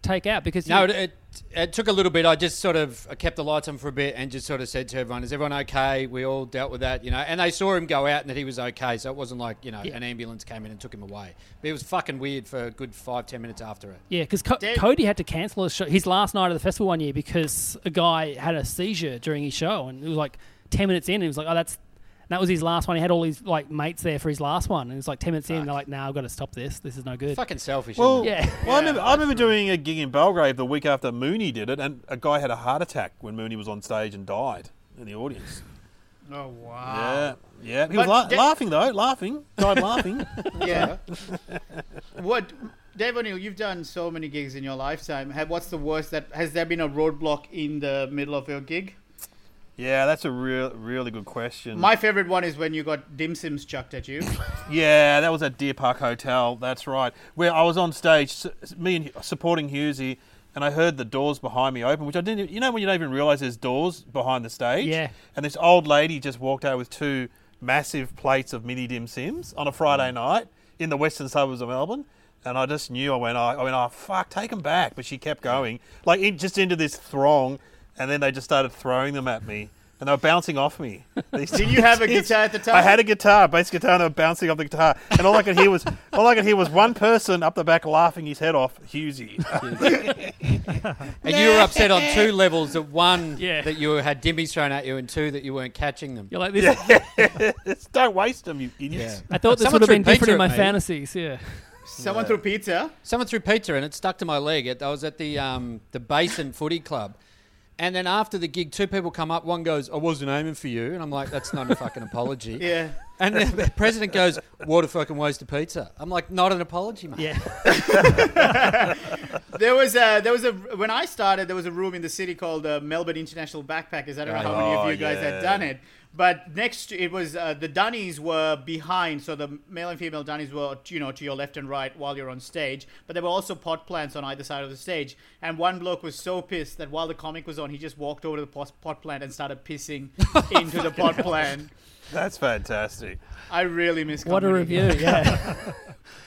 Speaker 3: take out? Because you-
Speaker 7: No, it, it, it took a little bit. I just sort of I kept the lights on for a bit and just sort of said to everyone, "Is everyone okay?" We all dealt with that, you know. And they saw him go out and that he was okay, so it wasn't like you know an ambulance came in and took him away. But it was fucking weird for a good five ten minutes after it.
Speaker 3: yeah, because Co-
Speaker 6: Dave-
Speaker 3: Cody had to cancel his show, his last night of the festival one year because a guy had a seizure during his show, and it was like ten minutes in, and he was like, "Oh, that's." That was his last one. He had all his like mates there for his last one, and it was like ten minutes in. They're like, "Now nah, I've got to stop this. This is no good."
Speaker 7: Fucking selfish.
Speaker 4: Well,
Speaker 7: isn't it?
Speaker 3: Yeah.
Speaker 4: well, I remember, I remember doing a gig in Belgrave the week after Mooney did it, and a guy had a heart attack when Mooney was on stage and died in the audience.
Speaker 6: oh wow!
Speaker 4: Yeah, yeah. He
Speaker 6: But
Speaker 4: was la-
Speaker 6: da-
Speaker 4: laughing though, laughing, died laughing.
Speaker 6: Yeah. what, Dave O'Neill? You've done so many gigs in your lifetime. Have, what's the worst that has there been a roadblock in the middle of your gig?
Speaker 4: Yeah, that's a real, really good question.
Speaker 6: My favorite one is when you got dim sims chucked at you.
Speaker 4: Yeah, that was at Deer Park Hotel. That's right. Where I was on stage, s- s- me and supporting Hughesy, and I heard the doors behind me open, which I didn't. e, You know when you don't even realise there's doors behind the stage.
Speaker 3: Yeah.
Speaker 4: And this old lady just walked out with two massive plates of mini dim sims on a
Speaker 6: Mm.
Speaker 4: Friday night in the western suburbs of Melbourne. And I just knew I went, I I went, oh fuck, take them back. But she kept going, like in, just into this throng, and then they just started throwing them at me. and they were bouncing off me. These
Speaker 6: Did you have a
Speaker 4: kids.
Speaker 6: guitar at the time?
Speaker 4: I had a guitar, a bass guitar, and they were bouncing off the guitar, and all I could hear was all I could hear was one person up the back laughing his head off, Husey.
Speaker 7: And you were upset on two levels. At one,
Speaker 3: Yeah.
Speaker 7: that you had dimmies thrown at you, and two, that you weren't catching them.
Speaker 3: You're like this.
Speaker 4: It's- Don't waste them, you idiots.
Speaker 3: I thought this would
Speaker 7: Someone
Speaker 3: have
Speaker 7: threw
Speaker 3: been different
Speaker 7: pizza
Speaker 3: in my
Speaker 7: at me.
Speaker 3: fantasies. Yeah.
Speaker 6: Someone threw pizza.
Speaker 7: Someone threw pizza and it stuck to my leg. It- I was at the um, the Basin Footy Club, and then after the gig, two people come up. One goes, "I wasn't aiming for you," and I'm like, "That's not a fucking apology."
Speaker 6: Yeah.
Speaker 7: And then the president goes, "What a fucking waste of pizza." I'm like, "Not an apology, mate."
Speaker 3: Yeah.
Speaker 6: There was a there was a when I started there was a room in the city called uh, Melbourne International Backpackers. I don't know how many of
Speaker 4: Oh,
Speaker 6: you guys
Speaker 4: yeah.
Speaker 6: had done it, but next to, it was uh, the dunnies were behind, so the male and female dunnies were you know to your left and right while you're on stage. But there were also pot plants on either side of the stage, and one bloke was so pissed that while the comic was on, he just walked over to the pot, pot plant and started pissing
Speaker 3: Oh,
Speaker 6: into the pot plant.
Speaker 4: That's fantastic.
Speaker 6: I really miss
Speaker 3: What a
Speaker 6: comedy.
Speaker 3: review. Yeah.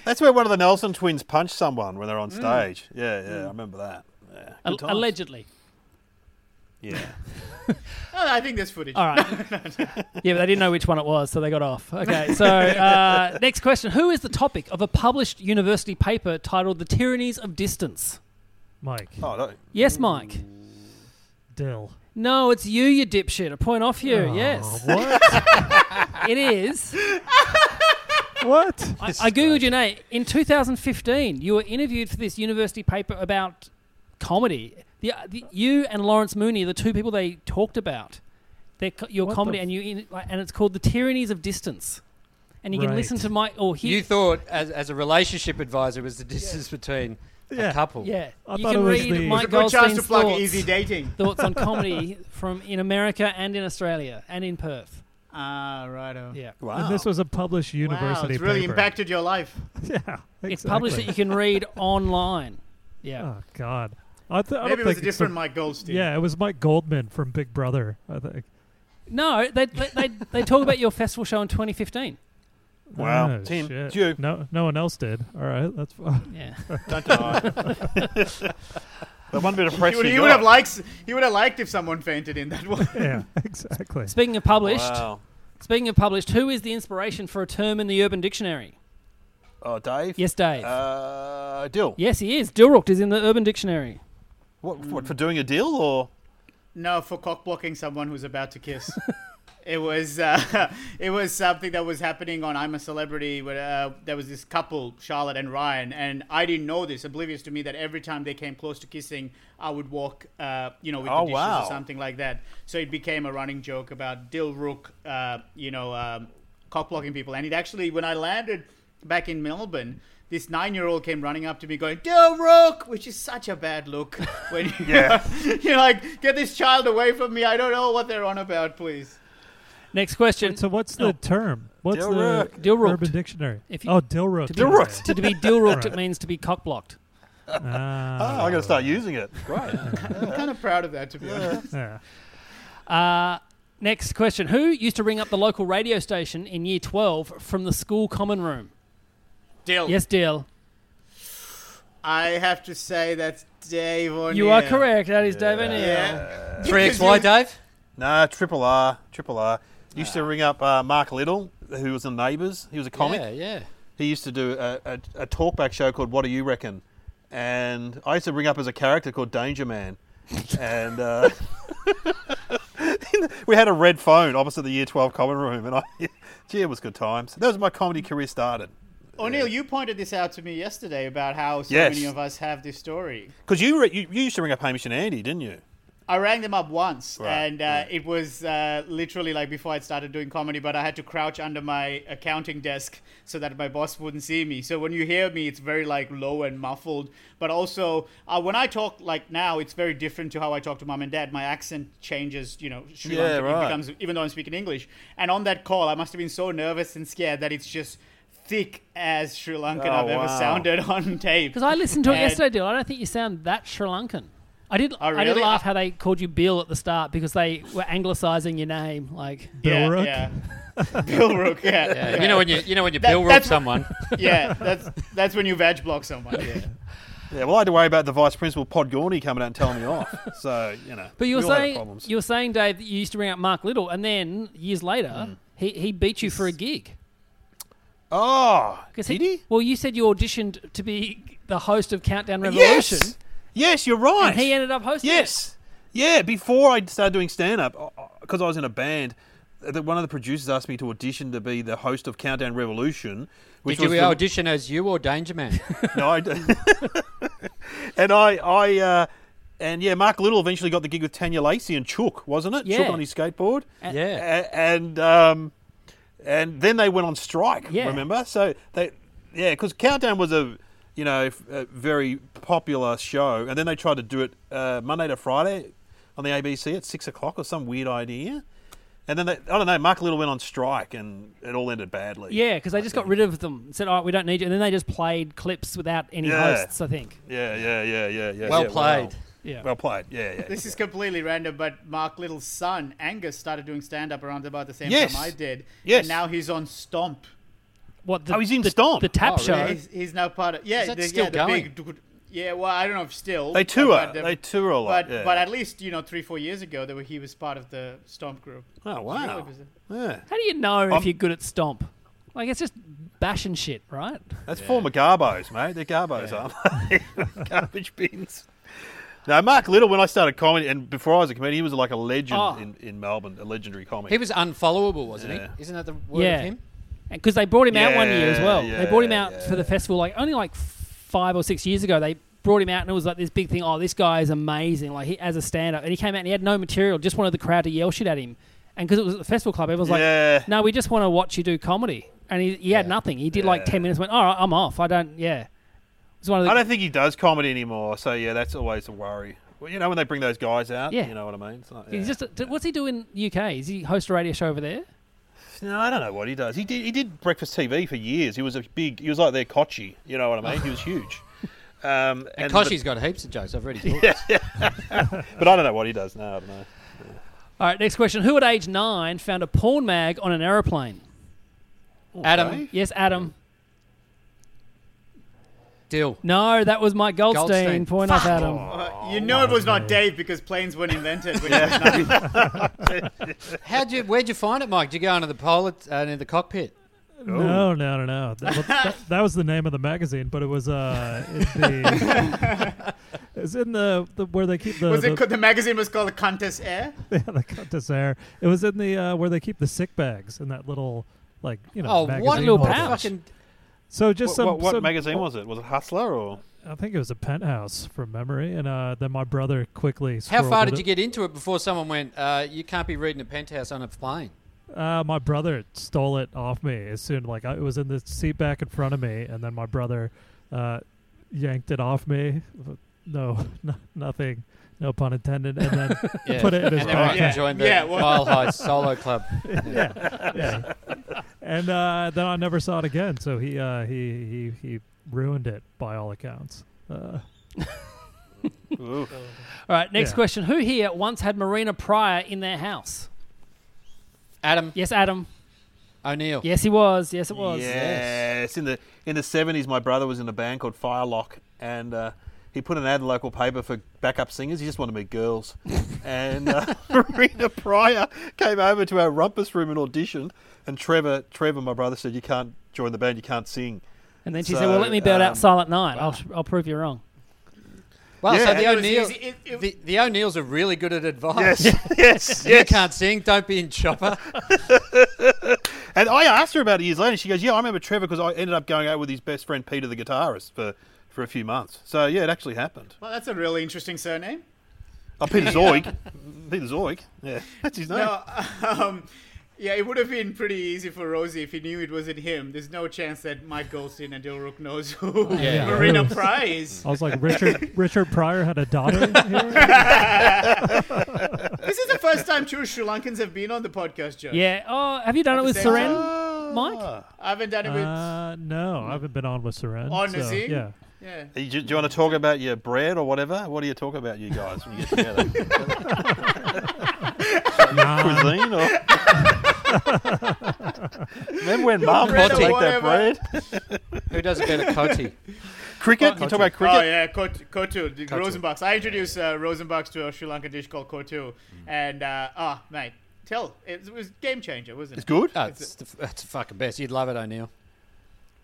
Speaker 4: That's where one of the Nelson twins punched someone when they're on stage. Yeah, yeah, I remember that. Yeah. Good
Speaker 3: Al-
Speaker 4: times.
Speaker 3: allegedly.
Speaker 4: Yeah.
Speaker 6: Oh, I think there's footage.
Speaker 3: All right. Yeah, but they didn't know which one it was, so they got off. Okay, so uh, next question: Who is the topic of a published university paper titled "The Tyrannies of Distance"?
Speaker 5: Mike
Speaker 4: Oh, no.
Speaker 3: Yes, Mike.
Speaker 5: Hmm. Dill.
Speaker 3: No, it's you, you dipshit. A point off you.
Speaker 5: Oh,
Speaker 3: yes,
Speaker 5: What?
Speaker 3: it is.
Speaker 5: what?
Speaker 3: I, I googled your name. In 2015, you were interviewed for this university paper about comedy. The, uh, the you and Lawrence Mooney are the two people they talked about. Their, co- your
Speaker 5: What the
Speaker 3: comedy,
Speaker 5: f-
Speaker 3: and you, in, like, and it's called "The Tyrannies of Distance." And you can
Speaker 5: Right.
Speaker 3: listen to my or hear.
Speaker 7: You thought, as, as a relationship advisor, was the distance between
Speaker 5: Yeah.
Speaker 7: a couple.
Speaker 3: Yeah,
Speaker 5: I
Speaker 3: you
Speaker 5: thought
Speaker 3: can
Speaker 5: it was
Speaker 3: read
Speaker 5: the-
Speaker 3: Mike
Speaker 6: It's a good chance to
Speaker 3: Goldstein's
Speaker 6: plug
Speaker 3: thoughts,
Speaker 6: easy dating.
Speaker 3: thoughts on comedy from in America and in Australia and in Perth.
Speaker 6: Ah, righto.
Speaker 3: Yeah,
Speaker 4: Wow.
Speaker 5: And this was a published university
Speaker 6: wow, it's really
Speaker 5: paper.
Speaker 6: impacted your life.
Speaker 5: Yeah, exactly.
Speaker 3: it's published that you can read online. Yeah,
Speaker 5: Oh God, I, th- I don't
Speaker 6: Maybe it was
Speaker 5: think
Speaker 6: a
Speaker 5: it's
Speaker 6: different
Speaker 5: a-
Speaker 6: Mike Goldstein.
Speaker 5: Yeah, it was Mike Goldman from Big Brother. I think.
Speaker 3: no, they they, they they talk about your festival show in 2015.
Speaker 4: Wow.
Speaker 5: Oh,
Speaker 4: Tim,
Speaker 5: shit.
Speaker 4: it's you.
Speaker 5: No, no one else did. All right, that's fine.
Speaker 3: Yeah,
Speaker 4: Don't
Speaker 5: Oh,
Speaker 4: deny. it. the one bit of press
Speaker 6: He would,
Speaker 4: you
Speaker 6: he would
Speaker 4: got.
Speaker 6: have liked. He would have liked if someone fainted in that one.
Speaker 5: yeah, exactly.
Speaker 3: speaking of published,
Speaker 4: Wow.
Speaker 3: speaking of published, who is the inspiration for a term in the Urban Dictionary?
Speaker 4: Oh, Dave.
Speaker 3: Yes, Dave.
Speaker 4: Uh, deal.
Speaker 3: yes, he is. Dilrooked is in the Urban Dictionary.
Speaker 4: What, what for doing a deal or?
Speaker 6: No, for cock blocking someone who's about to kiss. it was. Uh, it was something that was happening on I'm a Celebrity. Where uh, there was this couple, Charlotte and Ryan, and I didn't know this. Oblivious to me that every time they came close to kissing, I would walk. Uh, you know, with
Speaker 4: Oh,
Speaker 6: the dishes
Speaker 4: wow.
Speaker 6: or something like that. So it became a running joke about Dill Rook. Uh, you know. Um, cock blocking people and it actually when i landed back in melbourne this nine-year-old came running up to me going Dill Rook, which is such a bad look when you
Speaker 4: Yeah.
Speaker 6: You're like, get this child away from me. I don't know what they're on about, please.
Speaker 3: Next question.
Speaker 5: So what's the term? What's
Speaker 4: Dilrook.
Speaker 5: the
Speaker 3: Dilrooked.
Speaker 5: Urban Dictionary?
Speaker 3: If you-
Speaker 5: oh, Dilrooked.
Speaker 3: to be,
Speaker 4: Dilrooked.
Speaker 3: to be Dilrooked, it
Speaker 5: Alright.
Speaker 3: means to be cock blocked.
Speaker 4: Oh,
Speaker 5: Ah,
Speaker 4: I'm going to start using it. Right.
Speaker 6: I'm kind of proud of that, to be honest.
Speaker 5: yeah.
Speaker 3: Uh, next question. Who used to ring up the local radio station in year 12 from the school common room?
Speaker 6: Dill.
Speaker 3: Yes, Dale.
Speaker 6: I have to say that's Dave O'Neill.
Speaker 3: You are correct. That is Dave O'Neill.
Speaker 6: Yeah.
Speaker 7: Three X Y, Dave.
Speaker 4: Nah, Triple R, Triple R. Used
Speaker 3: Ah.
Speaker 4: to ring up uh, Mark Little, who was in Neighbours. He was a comic.
Speaker 7: Yeah, yeah.
Speaker 4: He used to do a, a, a talkback show called What Do You Reckon? And I used to ring up as a character called Danger Man. and uh, we had a red phone opposite the Year 12 common room. And I, gee, it was good times. That was my comedy career started.
Speaker 6: O'Neill, you pointed this out to me yesterday about how so
Speaker 4: Yes.
Speaker 6: many of us have this story.
Speaker 4: Because you, re- you, you used to ring up Hamish and Andy, didn't you?
Speaker 6: I rang them up once,
Speaker 4: Right,
Speaker 6: and uh, it was uh, literally like before I started doing comedy. But I had to crouch under my accounting desk so that my boss wouldn't see me. So when you hear me, it's very like low and muffled. But also, uh, when I talk like now, it's very different to how I talk to mom and dad. My accent changes. You know, Sri
Speaker 4: Yeah,
Speaker 6: Lankan, it
Speaker 4: right.
Speaker 6: becomes even though I'm speaking English. And on that call, I must have been so nervous and scared that it's just thick as Sri Lankan
Speaker 4: Oh,
Speaker 6: I've ever
Speaker 4: wow.
Speaker 6: sounded on tape.
Speaker 3: Because I listened to it
Speaker 6: And- Oh,
Speaker 3: yesterday, Dale. I don't think you sound that Sri Lankan. I did. I did
Speaker 6: really?
Speaker 3: laugh
Speaker 6: I-
Speaker 3: how they called you Bill at the start because they were anglicising your name. Like,
Speaker 6: yeah,
Speaker 5: Dilrook.
Speaker 6: yeah. Bill Rook, yeah.
Speaker 7: You know when you you know when you
Speaker 6: That-
Speaker 7: bill rob
Speaker 6: that's-
Speaker 7: someone.
Speaker 6: yeah, that's that's when you veg block someone. Yeah.
Speaker 4: Yeah, well, I had to worry about the vice principal Podgorny coming out and telling me off. So you know,
Speaker 3: But you were
Speaker 4: we all had our
Speaker 3: saying
Speaker 4: problems.
Speaker 3: you were saying, Dave, that you used to ring up Mark Little, and then years later,
Speaker 4: Hmm.
Speaker 3: he, he beat you for a gig.
Speaker 4: oh,
Speaker 3: 'Cause
Speaker 4: did he?
Speaker 3: Well, you said you auditioned to be the host of Countdown Revolution,
Speaker 4: Yes, yes, you're right.
Speaker 3: and he ended up hosting. it.
Speaker 4: Yes. Yeah, before I started doing stand up, because I was in a band, uh, the- one of the producers asked me to audition to be the host of Countdown Revolution. Which
Speaker 7: Did you
Speaker 4: was the-
Speaker 7: audition as you or Danger Man?
Speaker 4: No, I d- and I, I, uh, and yeah, Mark Little eventually got the gig with Tanya Lacey and Chook, wasn't it? Chook
Speaker 3: Yeah.
Speaker 4: on his skateboard.
Speaker 7: yeah.
Speaker 4: A- and um, and then they went on strike.
Speaker 3: Yeah.
Speaker 4: Remember? So they, yeah, because Countdown was a you know f- a very popular show, and then they tried to do it uh, Monday to Friday on the ABC at six o'clock or some weird idea. And then they, I don't know. Mark Little went on strike, and it all ended badly.
Speaker 3: Yeah, because they just got rid of them. Said, "All right, we don't need you," and then they just played clips without any
Speaker 4: Yeah.
Speaker 3: hosts. I think.
Speaker 4: Yeah, yeah, yeah, yeah, yeah.
Speaker 7: Well
Speaker 4: yeah,
Speaker 7: played.
Speaker 3: Yeah.
Speaker 4: Well played. Yeah, yeah.
Speaker 6: This is completely random, but Mark Little's son Angus started doing stand up around about the same
Speaker 4: Yes.
Speaker 6: time I did.
Speaker 4: Yes.
Speaker 6: And now he's on Stomp.
Speaker 3: What? The,
Speaker 4: Oh, he's in
Speaker 3: the,
Speaker 4: Stomp.
Speaker 3: The tap
Speaker 7: Oh, really?
Speaker 3: show.
Speaker 6: Yeah, he's, he's now part of yeah.
Speaker 7: that
Speaker 6: the,
Speaker 7: still
Speaker 6: yeah, the
Speaker 7: going?
Speaker 6: Big, yeah, well, I don't know if still
Speaker 4: They tour.
Speaker 6: but,
Speaker 4: They tour a lot,
Speaker 6: But
Speaker 4: yeah.
Speaker 6: but at least you know three four years ago they were, he was part of the Stomp group.
Speaker 4: Oh
Speaker 6: It's
Speaker 4: wow.
Speaker 6: really bizarre.
Speaker 4: Yeah,
Speaker 3: How do you know if
Speaker 4: I'm-
Speaker 3: you're good at stomp? Like it's just bashing shit, right?
Speaker 4: that's former Garbos, mate. They're Garbos, aren't they? Garbage bins. Now, Mark Little, when I started comedy, and before I was a comedian, he was like a legend
Speaker 3: Oh.
Speaker 4: in, in Melbourne, a legendary comic.
Speaker 7: He was unfollowable, wasn't
Speaker 4: Yeah.
Speaker 7: he? Isn't that the word
Speaker 3: yeah.
Speaker 7: of him?
Speaker 3: Because they brought him out one year as
Speaker 4: Yeah,
Speaker 3: well. they brought him
Speaker 4: yeah,
Speaker 3: out for the festival like only like five or six years ago. They brought him out and it was like this big thing. Oh, this guy is amazing! Like he as a stand-up, and he came out and he had no material. Just wanted the crowd to yell shit at him. And because it was at the festival club, everyone was
Speaker 4: Yeah.
Speaker 3: like, "No, we just want to watch you do comedy." And he, he had nothing. He did like ten minutes. and Went, "All right, I'm off. I don't." Yeah. It was one of the.
Speaker 4: I don't think he does comedy anymore, so yeah, that's always a worry. Well, you know, when they bring those guys out,
Speaker 3: Yeah.
Speaker 4: you know what I mean? It's not,
Speaker 3: He's
Speaker 4: yeah.
Speaker 3: just d- what's he do in UK? Is he host a radio show over there?
Speaker 4: No, I don't know what he does. He did, he did breakfast TV for years. He was a big, he was like their Kochi, you know what I mean? He was huge. Um,
Speaker 7: And
Speaker 4: but-
Speaker 7: Koshi's got heaps of jokes. I've already talked.
Speaker 4: but, I don't know what he does now. I don't know.
Speaker 3: All right, next question. Who at age nine found a porn mag on an aeroplane?
Speaker 7: Adam
Speaker 3: Yes, Adam.
Speaker 7: Dill.
Speaker 3: No, that was Mike Goldstein.
Speaker 7: Goldstein.
Speaker 3: Point up, Adam.
Speaker 6: Uh, you know it was not Dave because planes weren't invented. When he was nine.
Speaker 7: How'd you? Where'd you find it, Mike? Did you go into the pilot uh, into the cockpit?
Speaker 5: No, no, no, no. That, well, that, that was the name of the magazine, but it was uh, in the, it's in the, the where they keep the
Speaker 6: was
Speaker 5: the,
Speaker 6: it, co- the magazine was called Countess Air.
Speaker 5: yeah, the Countess Air. It was in the uh, where they keep the sick bags in that little like you know.
Speaker 7: Oh,
Speaker 5: magazine
Speaker 7: what
Speaker 3: Little
Speaker 7: little
Speaker 5: holder.
Speaker 3: pouch.
Speaker 7: fucking
Speaker 5: So just
Speaker 4: What,
Speaker 5: some
Speaker 4: what, what
Speaker 5: some-
Speaker 4: magazine was it? Was it Hustler or?
Speaker 5: I think it was a penthouse from memory, and uh, then my brother quickly.
Speaker 7: How far
Speaker 5: scrolled
Speaker 7: did
Speaker 5: it-
Speaker 7: you get into it before someone went, uh, you can't be reading a penthouse on a plane?
Speaker 5: Uh, my brother stole it off me as soon like I, it was in the seat back in front of me, and then my brother uh, yanked it off me. No, no nothing, no pun intended. And then put it in his
Speaker 7: and then I
Speaker 5: backpack.
Speaker 7: can join the
Speaker 6: Yeah, well-
Speaker 7: Mile High Solo Club.
Speaker 5: yeah. And uh, then I never saw it again. So he uh, he he he ruined it by all accounts. Uh,
Speaker 4: Oof.
Speaker 3: All right, next
Speaker 5: Yeah.
Speaker 3: question. Who here once had Marina Pryor in their house?
Speaker 7: Adam
Speaker 3: Yes, Adam.
Speaker 7: O'Neill.
Speaker 3: Yes, he was. Yes, it was.
Speaker 4: Yes, in the in the seventies, my brother was in a band called Firelock, and uh, he put an ad in the local paper for backup singers. He just wanted to meet girls, and uh, Marina Pryor came over to our rumpus room and auditioned. And Trevor, Trevor, my brother said, "You can't join the band. You can't sing."
Speaker 3: And then she
Speaker 4: So,
Speaker 3: said, "Well, let me build
Speaker 4: um,
Speaker 3: out Silent Night. I'll, I'll prove you wrong."
Speaker 7: Well,
Speaker 4: Yeah.
Speaker 7: so the
Speaker 4: It
Speaker 6: was
Speaker 7: O'Neill,
Speaker 6: easy- it- it-
Speaker 7: the, the O'Neills are really good at advice.
Speaker 4: Yes, yes,
Speaker 7: You
Speaker 4: yes.
Speaker 7: can't sing. Don't be in chopper.
Speaker 4: And I asked her about it years later. And she goes, "Yeah, I remember Trevor because I ended up going out with his best friend Peter, the guitarist, for." For a few months, so yeah, it actually happened.
Speaker 6: Well, that's a really interesting surname.
Speaker 4: Oh, Peter Zoig, Peter Zoig, yeah, that's his name.
Speaker 6: No, um, yeah, it would have been pretty easy for Rosie if he knew it wasn't him. There's no chance that Mike Goldstein and Dil Rook knows who
Speaker 7: Yeah.
Speaker 6: Marina Pryor is.
Speaker 5: I was like Richard Richard Pryor had a daughter. Here?
Speaker 6: This is the first time two Sri Lankans have been on the podcast, Joe.
Speaker 3: Yeah. Oh, have you done it with
Speaker 6: same time.
Speaker 4: Ah.
Speaker 3: Seren, Mike?
Speaker 6: I haven't done it with.
Speaker 5: Uh, no, I haven't been on with Seren.
Speaker 6: On
Speaker 5: so,
Speaker 6: Nazim?
Speaker 5: yeah.
Speaker 6: yeah.
Speaker 4: Hey, Do you, do you want to talk about your bread or whatever? What do you talk about, you guys, when you get together?
Speaker 5: Nah,
Speaker 4: Cuisine or? Remember when Mum
Speaker 6: bread
Speaker 4: used to make
Speaker 7: or
Speaker 4: that
Speaker 6: whatever.
Speaker 4: bread?
Speaker 7: Who does a better Coti?
Speaker 4: Cricket? You talk about cricket?
Speaker 6: Oh yeah, kotu, kotu the Rosenbachs. I introduced uh, Rosenbachs to a Sri Lankan dish called
Speaker 4: Mm.
Speaker 6: kotu, and uh, ah, mate, tell it was game changer, wasn't it?
Speaker 4: It's good.
Speaker 7: That's Oh, the, that's the fucking best. You'd love it, O'Neill.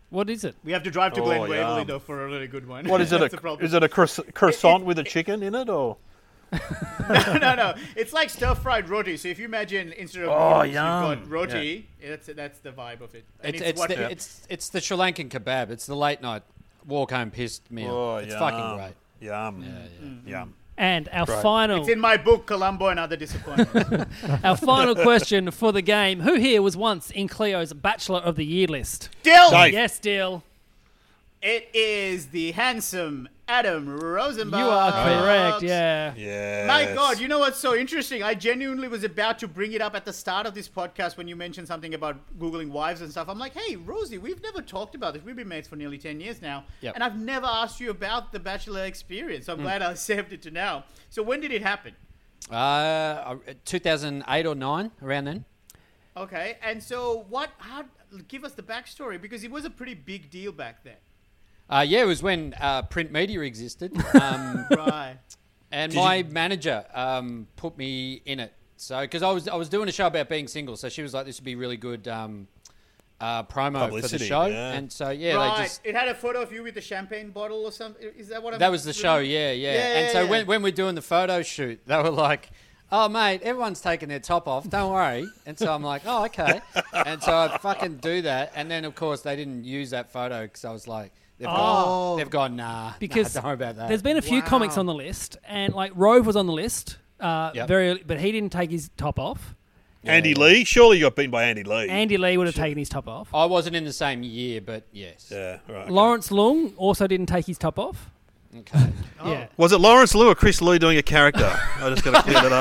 Speaker 3: What is it?
Speaker 6: We have to drive to
Speaker 4: Oh,
Speaker 6: Glen
Speaker 4: yum.
Speaker 6: Waverley though for a really good one.
Speaker 4: What is it?
Speaker 6: That's the
Speaker 4: A,
Speaker 6: problem.
Speaker 4: is it a croiss- croissant with a chicken in it, or
Speaker 6: no, no. It's like stir fried roti. So if you imagine instead of
Speaker 4: Oh,
Speaker 6: noodles, you've
Speaker 4: yum.
Speaker 6: got roti, that's that's the vibe of it. And
Speaker 7: It's,
Speaker 6: it's,
Speaker 7: it's,
Speaker 6: what
Speaker 7: the, it's, it's the Sri Lankan kebab. It's the late night walk home pissed meal.
Speaker 4: Oh,
Speaker 7: it's
Speaker 4: yum.
Speaker 7: fucking great.
Speaker 4: Yum. Yum.
Speaker 3: And our final,
Speaker 6: it's in my book, Columbo and Other Disappointments.
Speaker 3: our final question for the game: Who here was once in Cleo's Bachelor of the Year list?
Speaker 6: Still,
Speaker 4: Dave.
Speaker 3: Yes, Dill.
Speaker 6: it is the handsome Adam Rosenbach.
Speaker 3: You are correct. Yeah.
Speaker 4: Yeah.
Speaker 6: My God, you know what's so interesting? I genuinely was about to bring it up at the start of this podcast when you mentioned something about Googling wives and stuff. I'm like, hey, Rosie, we've never talked about this. We've been mates for nearly 10 years now.
Speaker 7: Yep. Mm.
Speaker 6: And I've never asked you about the bachelor experience. I'm glad I saved it to now. So when did it happen?
Speaker 7: Uh, 2008 or 9, around then.
Speaker 6: Okay. And so what, how, give us the backstory because it was a pretty big deal back then.
Speaker 7: Uh, yeah, it was when uh, print media existed. Um,
Speaker 6: Right.
Speaker 7: and my manager um, put me in it. So, because I was I was doing a show about being single, so she was like, "This would be really good um, uh, promo for the
Speaker 4: Publicity,
Speaker 7: show."
Speaker 4: yeah.
Speaker 7: And so, yeah,
Speaker 6: right.
Speaker 7: they just
Speaker 6: It had a photo of you with a champagne bottle or something. Is that what I'm
Speaker 7: that was the show, yeah, yeah.
Speaker 6: Yeah,
Speaker 7: and
Speaker 6: yeah,
Speaker 7: so
Speaker 6: yeah.
Speaker 7: when when we're doing the photo shoot, they were like, "Oh, mate, everyone's taking their top off. Don't worry." And so I'm like, "Oh, okay." and so I fucking do that, and then of course they didn't use that photo because I was like, "They've
Speaker 6: Oh.
Speaker 7: gone, they've gone, nah."
Speaker 3: because
Speaker 7: nah, don't worry about that.
Speaker 3: There's been a few comics on the list, and like Rove was on the list, uh,
Speaker 7: Yep.
Speaker 3: very, early, but he didn't take his top off.
Speaker 4: Andy Lee. Surely you got beaten by Andy Lee.
Speaker 3: Andy Lee would have taken his top off.
Speaker 7: I wasn't in the same year, but yes.
Speaker 4: Yeah. Right. okay.
Speaker 3: Oh, Lawrence Lung also didn't take his top off.
Speaker 7: Okay.
Speaker 3: Yeah,
Speaker 4: Was it Lawrence Liu or Chris Liu doing a character? I just got to clear that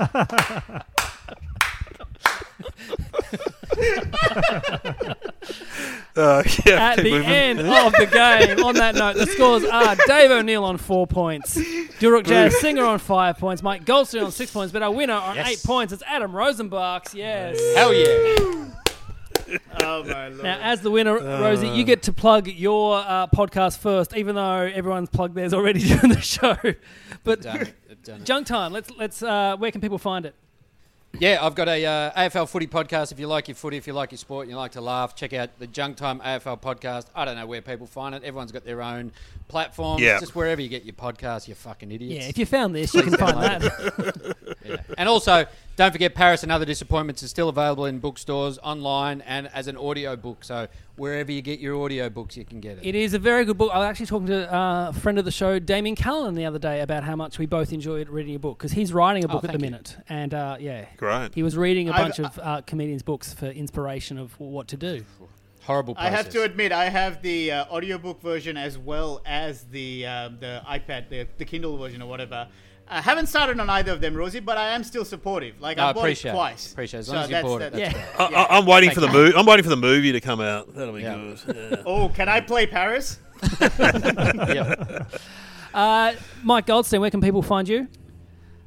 Speaker 4: up. uh, yeah,
Speaker 3: at
Speaker 4: keep
Speaker 3: the
Speaker 4: moving.
Speaker 3: end of the game. On that note, the scores are Dave O'Neill on four points, Duruk Jazz Singer on five points, Mike Goldstein on six points, but our winner on
Speaker 7: Yes.
Speaker 3: eight points is Adam Rosenbachs. Yes.
Speaker 7: Hell yeah.
Speaker 6: Oh, my Lord.
Speaker 3: Now, as the winner, Rosie, you get to plug your uh, podcast first, even though everyone's plugged theirs already during the show. But
Speaker 7: Done it, done it.
Speaker 3: Junk time. Let's let's. Uh, where can people find it?
Speaker 7: Yeah, I've got a uh, AFL footy podcast. If you like your footy, if you like your sport, and you like to laugh, check out the Junk Time AFL podcast. I don't know where people find it. Everyone's got their own platform.
Speaker 4: Yeah.
Speaker 7: Just wherever you get your podcast, you fucking idiots.
Speaker 3: Yeah, if you found this, you can find that.
Speaker 7: and also, don't forget Paris and Other Disappointments is still available in bookstores, online, and as an audio book. So wherever you get your audio books, you can get it.
Speaker 3: It is a very good book. I was actually talking to uh, a friend of the show, Damien Callan, the other day about how much we both enjoyed reading your book because he's writing a book at the
Speaker 7: thank you.
Speaker 3: minute, and uh, yeah,
Speaker 4: Great.
Speaker 3: he was reading a
Speaker 6: I've-
Speaker 3: bunch of uh, comedians' books for inspiration of what to do.
Speaker 7: Horrible
Speaker 6: I
Speaker 7: process.
Speaker 6: have to admit, I have the uh, audiobook version as well as the um, the iPad, the, the Kindle version or whatever. I haven't started on either of them, Rosie, but I am still supportive. Like
Speaker 7: No,
Speaker 6: I
Speaker 7: I
Speaker 6: bought
Speaker 7: appreciate
Speaker 6: it
Speaker 7: it.
Speaker 6: twice.
Speaker 7: Appreciate it. As long as you bought it,
Speaker 3: Yeah,
Speaker 4: I, I, I'm waiting for the
Speaker 7: Thank
Speaker 4: movie. I'm waiting for the movie to come out. That'll be
Speaker 7: Yeah.
Speaker 4: good. Yeah.
Speaker 6: Oh, can I play Paris?
Speaker 7: Yeah.
Speaker 3: uh, Mike Goldstein, where can people find you?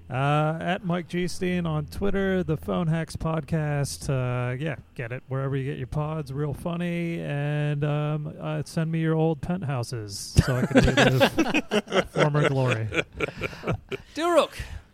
Speaker 5: Uh, at Mike G Steen on Twitter, the Phone Hacks podcast. Uh, yeah, get it wherever you get your pods. Real funny, and um, uh, send me your old penthouses so I can relive former glory.
Speaker 3: Duruk,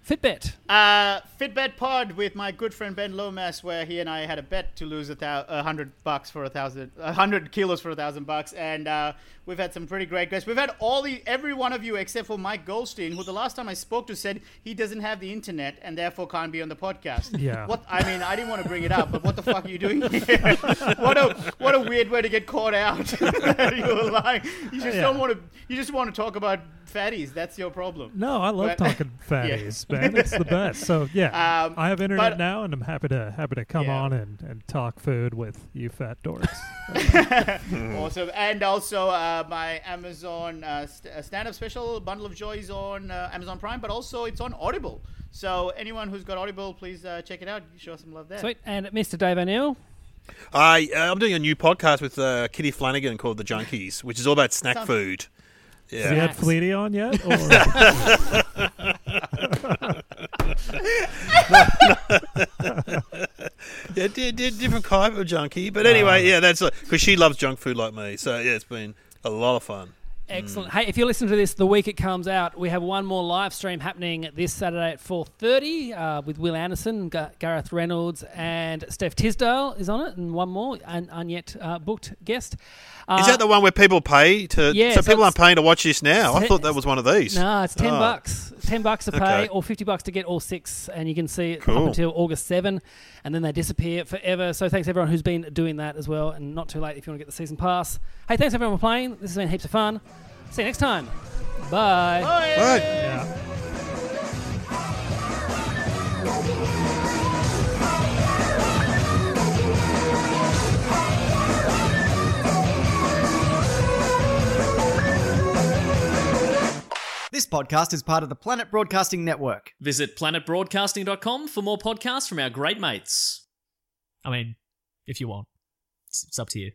Speaker 3: Fitbit.
Speaker 6: Uh, Fitbet Pod with my good friend Ben Lomas, where he and I had a bet to lose a thou- a hundred bucks for a thousand, a hundred kilos for a thousand bucks, and uh, we've had some pretty great guests. We've had all the every one of you except for Mike Goldstein, who the last time I spoke to said he doesn't have the internet and therefore can't be on the podcast.
Speaker 5: Yeah.
Speaker 6: What I mean, I didn't want to bring it up, but what the fuck are you doing here? what a what a weird way to get caught out. you were lying. You just don't want to. You just want to talk about fatties. That's your problem.
Speaker 5: No, I love
Speaker 6: But-
Speaker 5: talking fatties, man. It's the best. So yeah,
Speaker 6: Um,
Speaker 5: I have internet
Speaker 6: but-
Speaker 5: now, and I'm happy to happy to come
Speaker 6: Yeah.
Speaker 5: on and, and talk food with you fat dorks.
Speaker 6: Awesome. And also, uh, my Amazon uh, st- uh, stand up special, Bundle of Joy, is on uh, Amazon Prime, but also it's on Audible. So, anyone who's got Audible, please uh, check it out. Show us some love there.
Speaker 3: Sweet, and Mr. Dave O'Neill.
Speaker 4: I, uh, I'm doing a new podcast with uh, Kitty Flanagan called The Junkies, which is all about snack food.
Speaker 5: Have you
Speaker 4: Yeah.
Speaker 5: had Fleety on yet? Or?
Speaker 4: Yeah, di- di- different Uh, type of junkie. But anyway, yeah, that's because she loves junk food like me. So, yeah, it's been a lot of fun.
Speaker 3: Excellent. Hey, if you listen to this the week it comes out, we have one more live stream happening this Saturday at 4.30 uh, with Will Anderson, G- Gareth Reynolds and Steph Tisdale is on it, and one more un- unyet uh, booked guest. Uh,
Speaker 4: Is that the one where people pay to?
Speaker 3: yeah,
Speaker 4: so
Speaker 3: so
Speaker 4: people
Speaker 3: it's-
Speaker 4: aren't paying to watch this now. I
Speaker 3: It's-
Speaker 4: thought that was one of these.
Speaker 3: No, it's ten
Speaker 4: Oh.
Speaker 3: bucks. Ten bucks to pay,
Speaker 4: Okay.
Speaker 3: or fifty bucks to get all six, and you can see it up
Speaker 4: Cool.
Speaker 3: until August seven, and then they disappear forever. So thanks everyone who's been doing that as well, and not too late if you want to get the season pass. Hey, thanks everyone for playing. This has been heaps of fun. See you next time. Bye.
Speaker 4: Right.
Speaker 8: Yeah.
Speaker 1: This podcast is part of the Planet Broadcasting Network.
Speaker 2: Visit planetbroadcasting.com for more podcasts from our great mates.
Speaker 9: I mean, if you want, it's, it's up to you.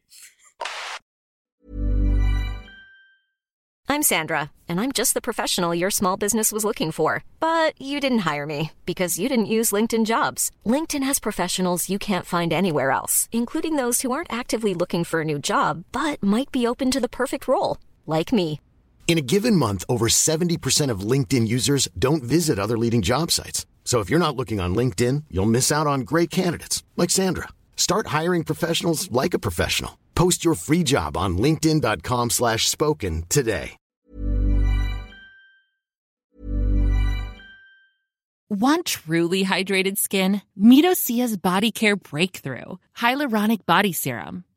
Speaker 6: I'm Sandra, and I'm just the professional your small business was looking for. But you didn't hire me because you didn't use LinkedIn jobs. LinkedIn has professionals you can't find anywhere else, including those who aren't actively looking for a new job but might be open to the perfect role, like me.
Speaker 10: In a given month, over 70% of LinkedIn users don't visit other leading job sites. So if you're not looking on LinkedIn, you'll miss out on great candidates like Sandra. Start hiring professionals like a professional. Post your free job on linkedin.com/spoken slash spoken today.
Speaker 7: Want truly hydrated skin? Meet Osea's Body Care Breakthrough Hyaluronic Body Serum.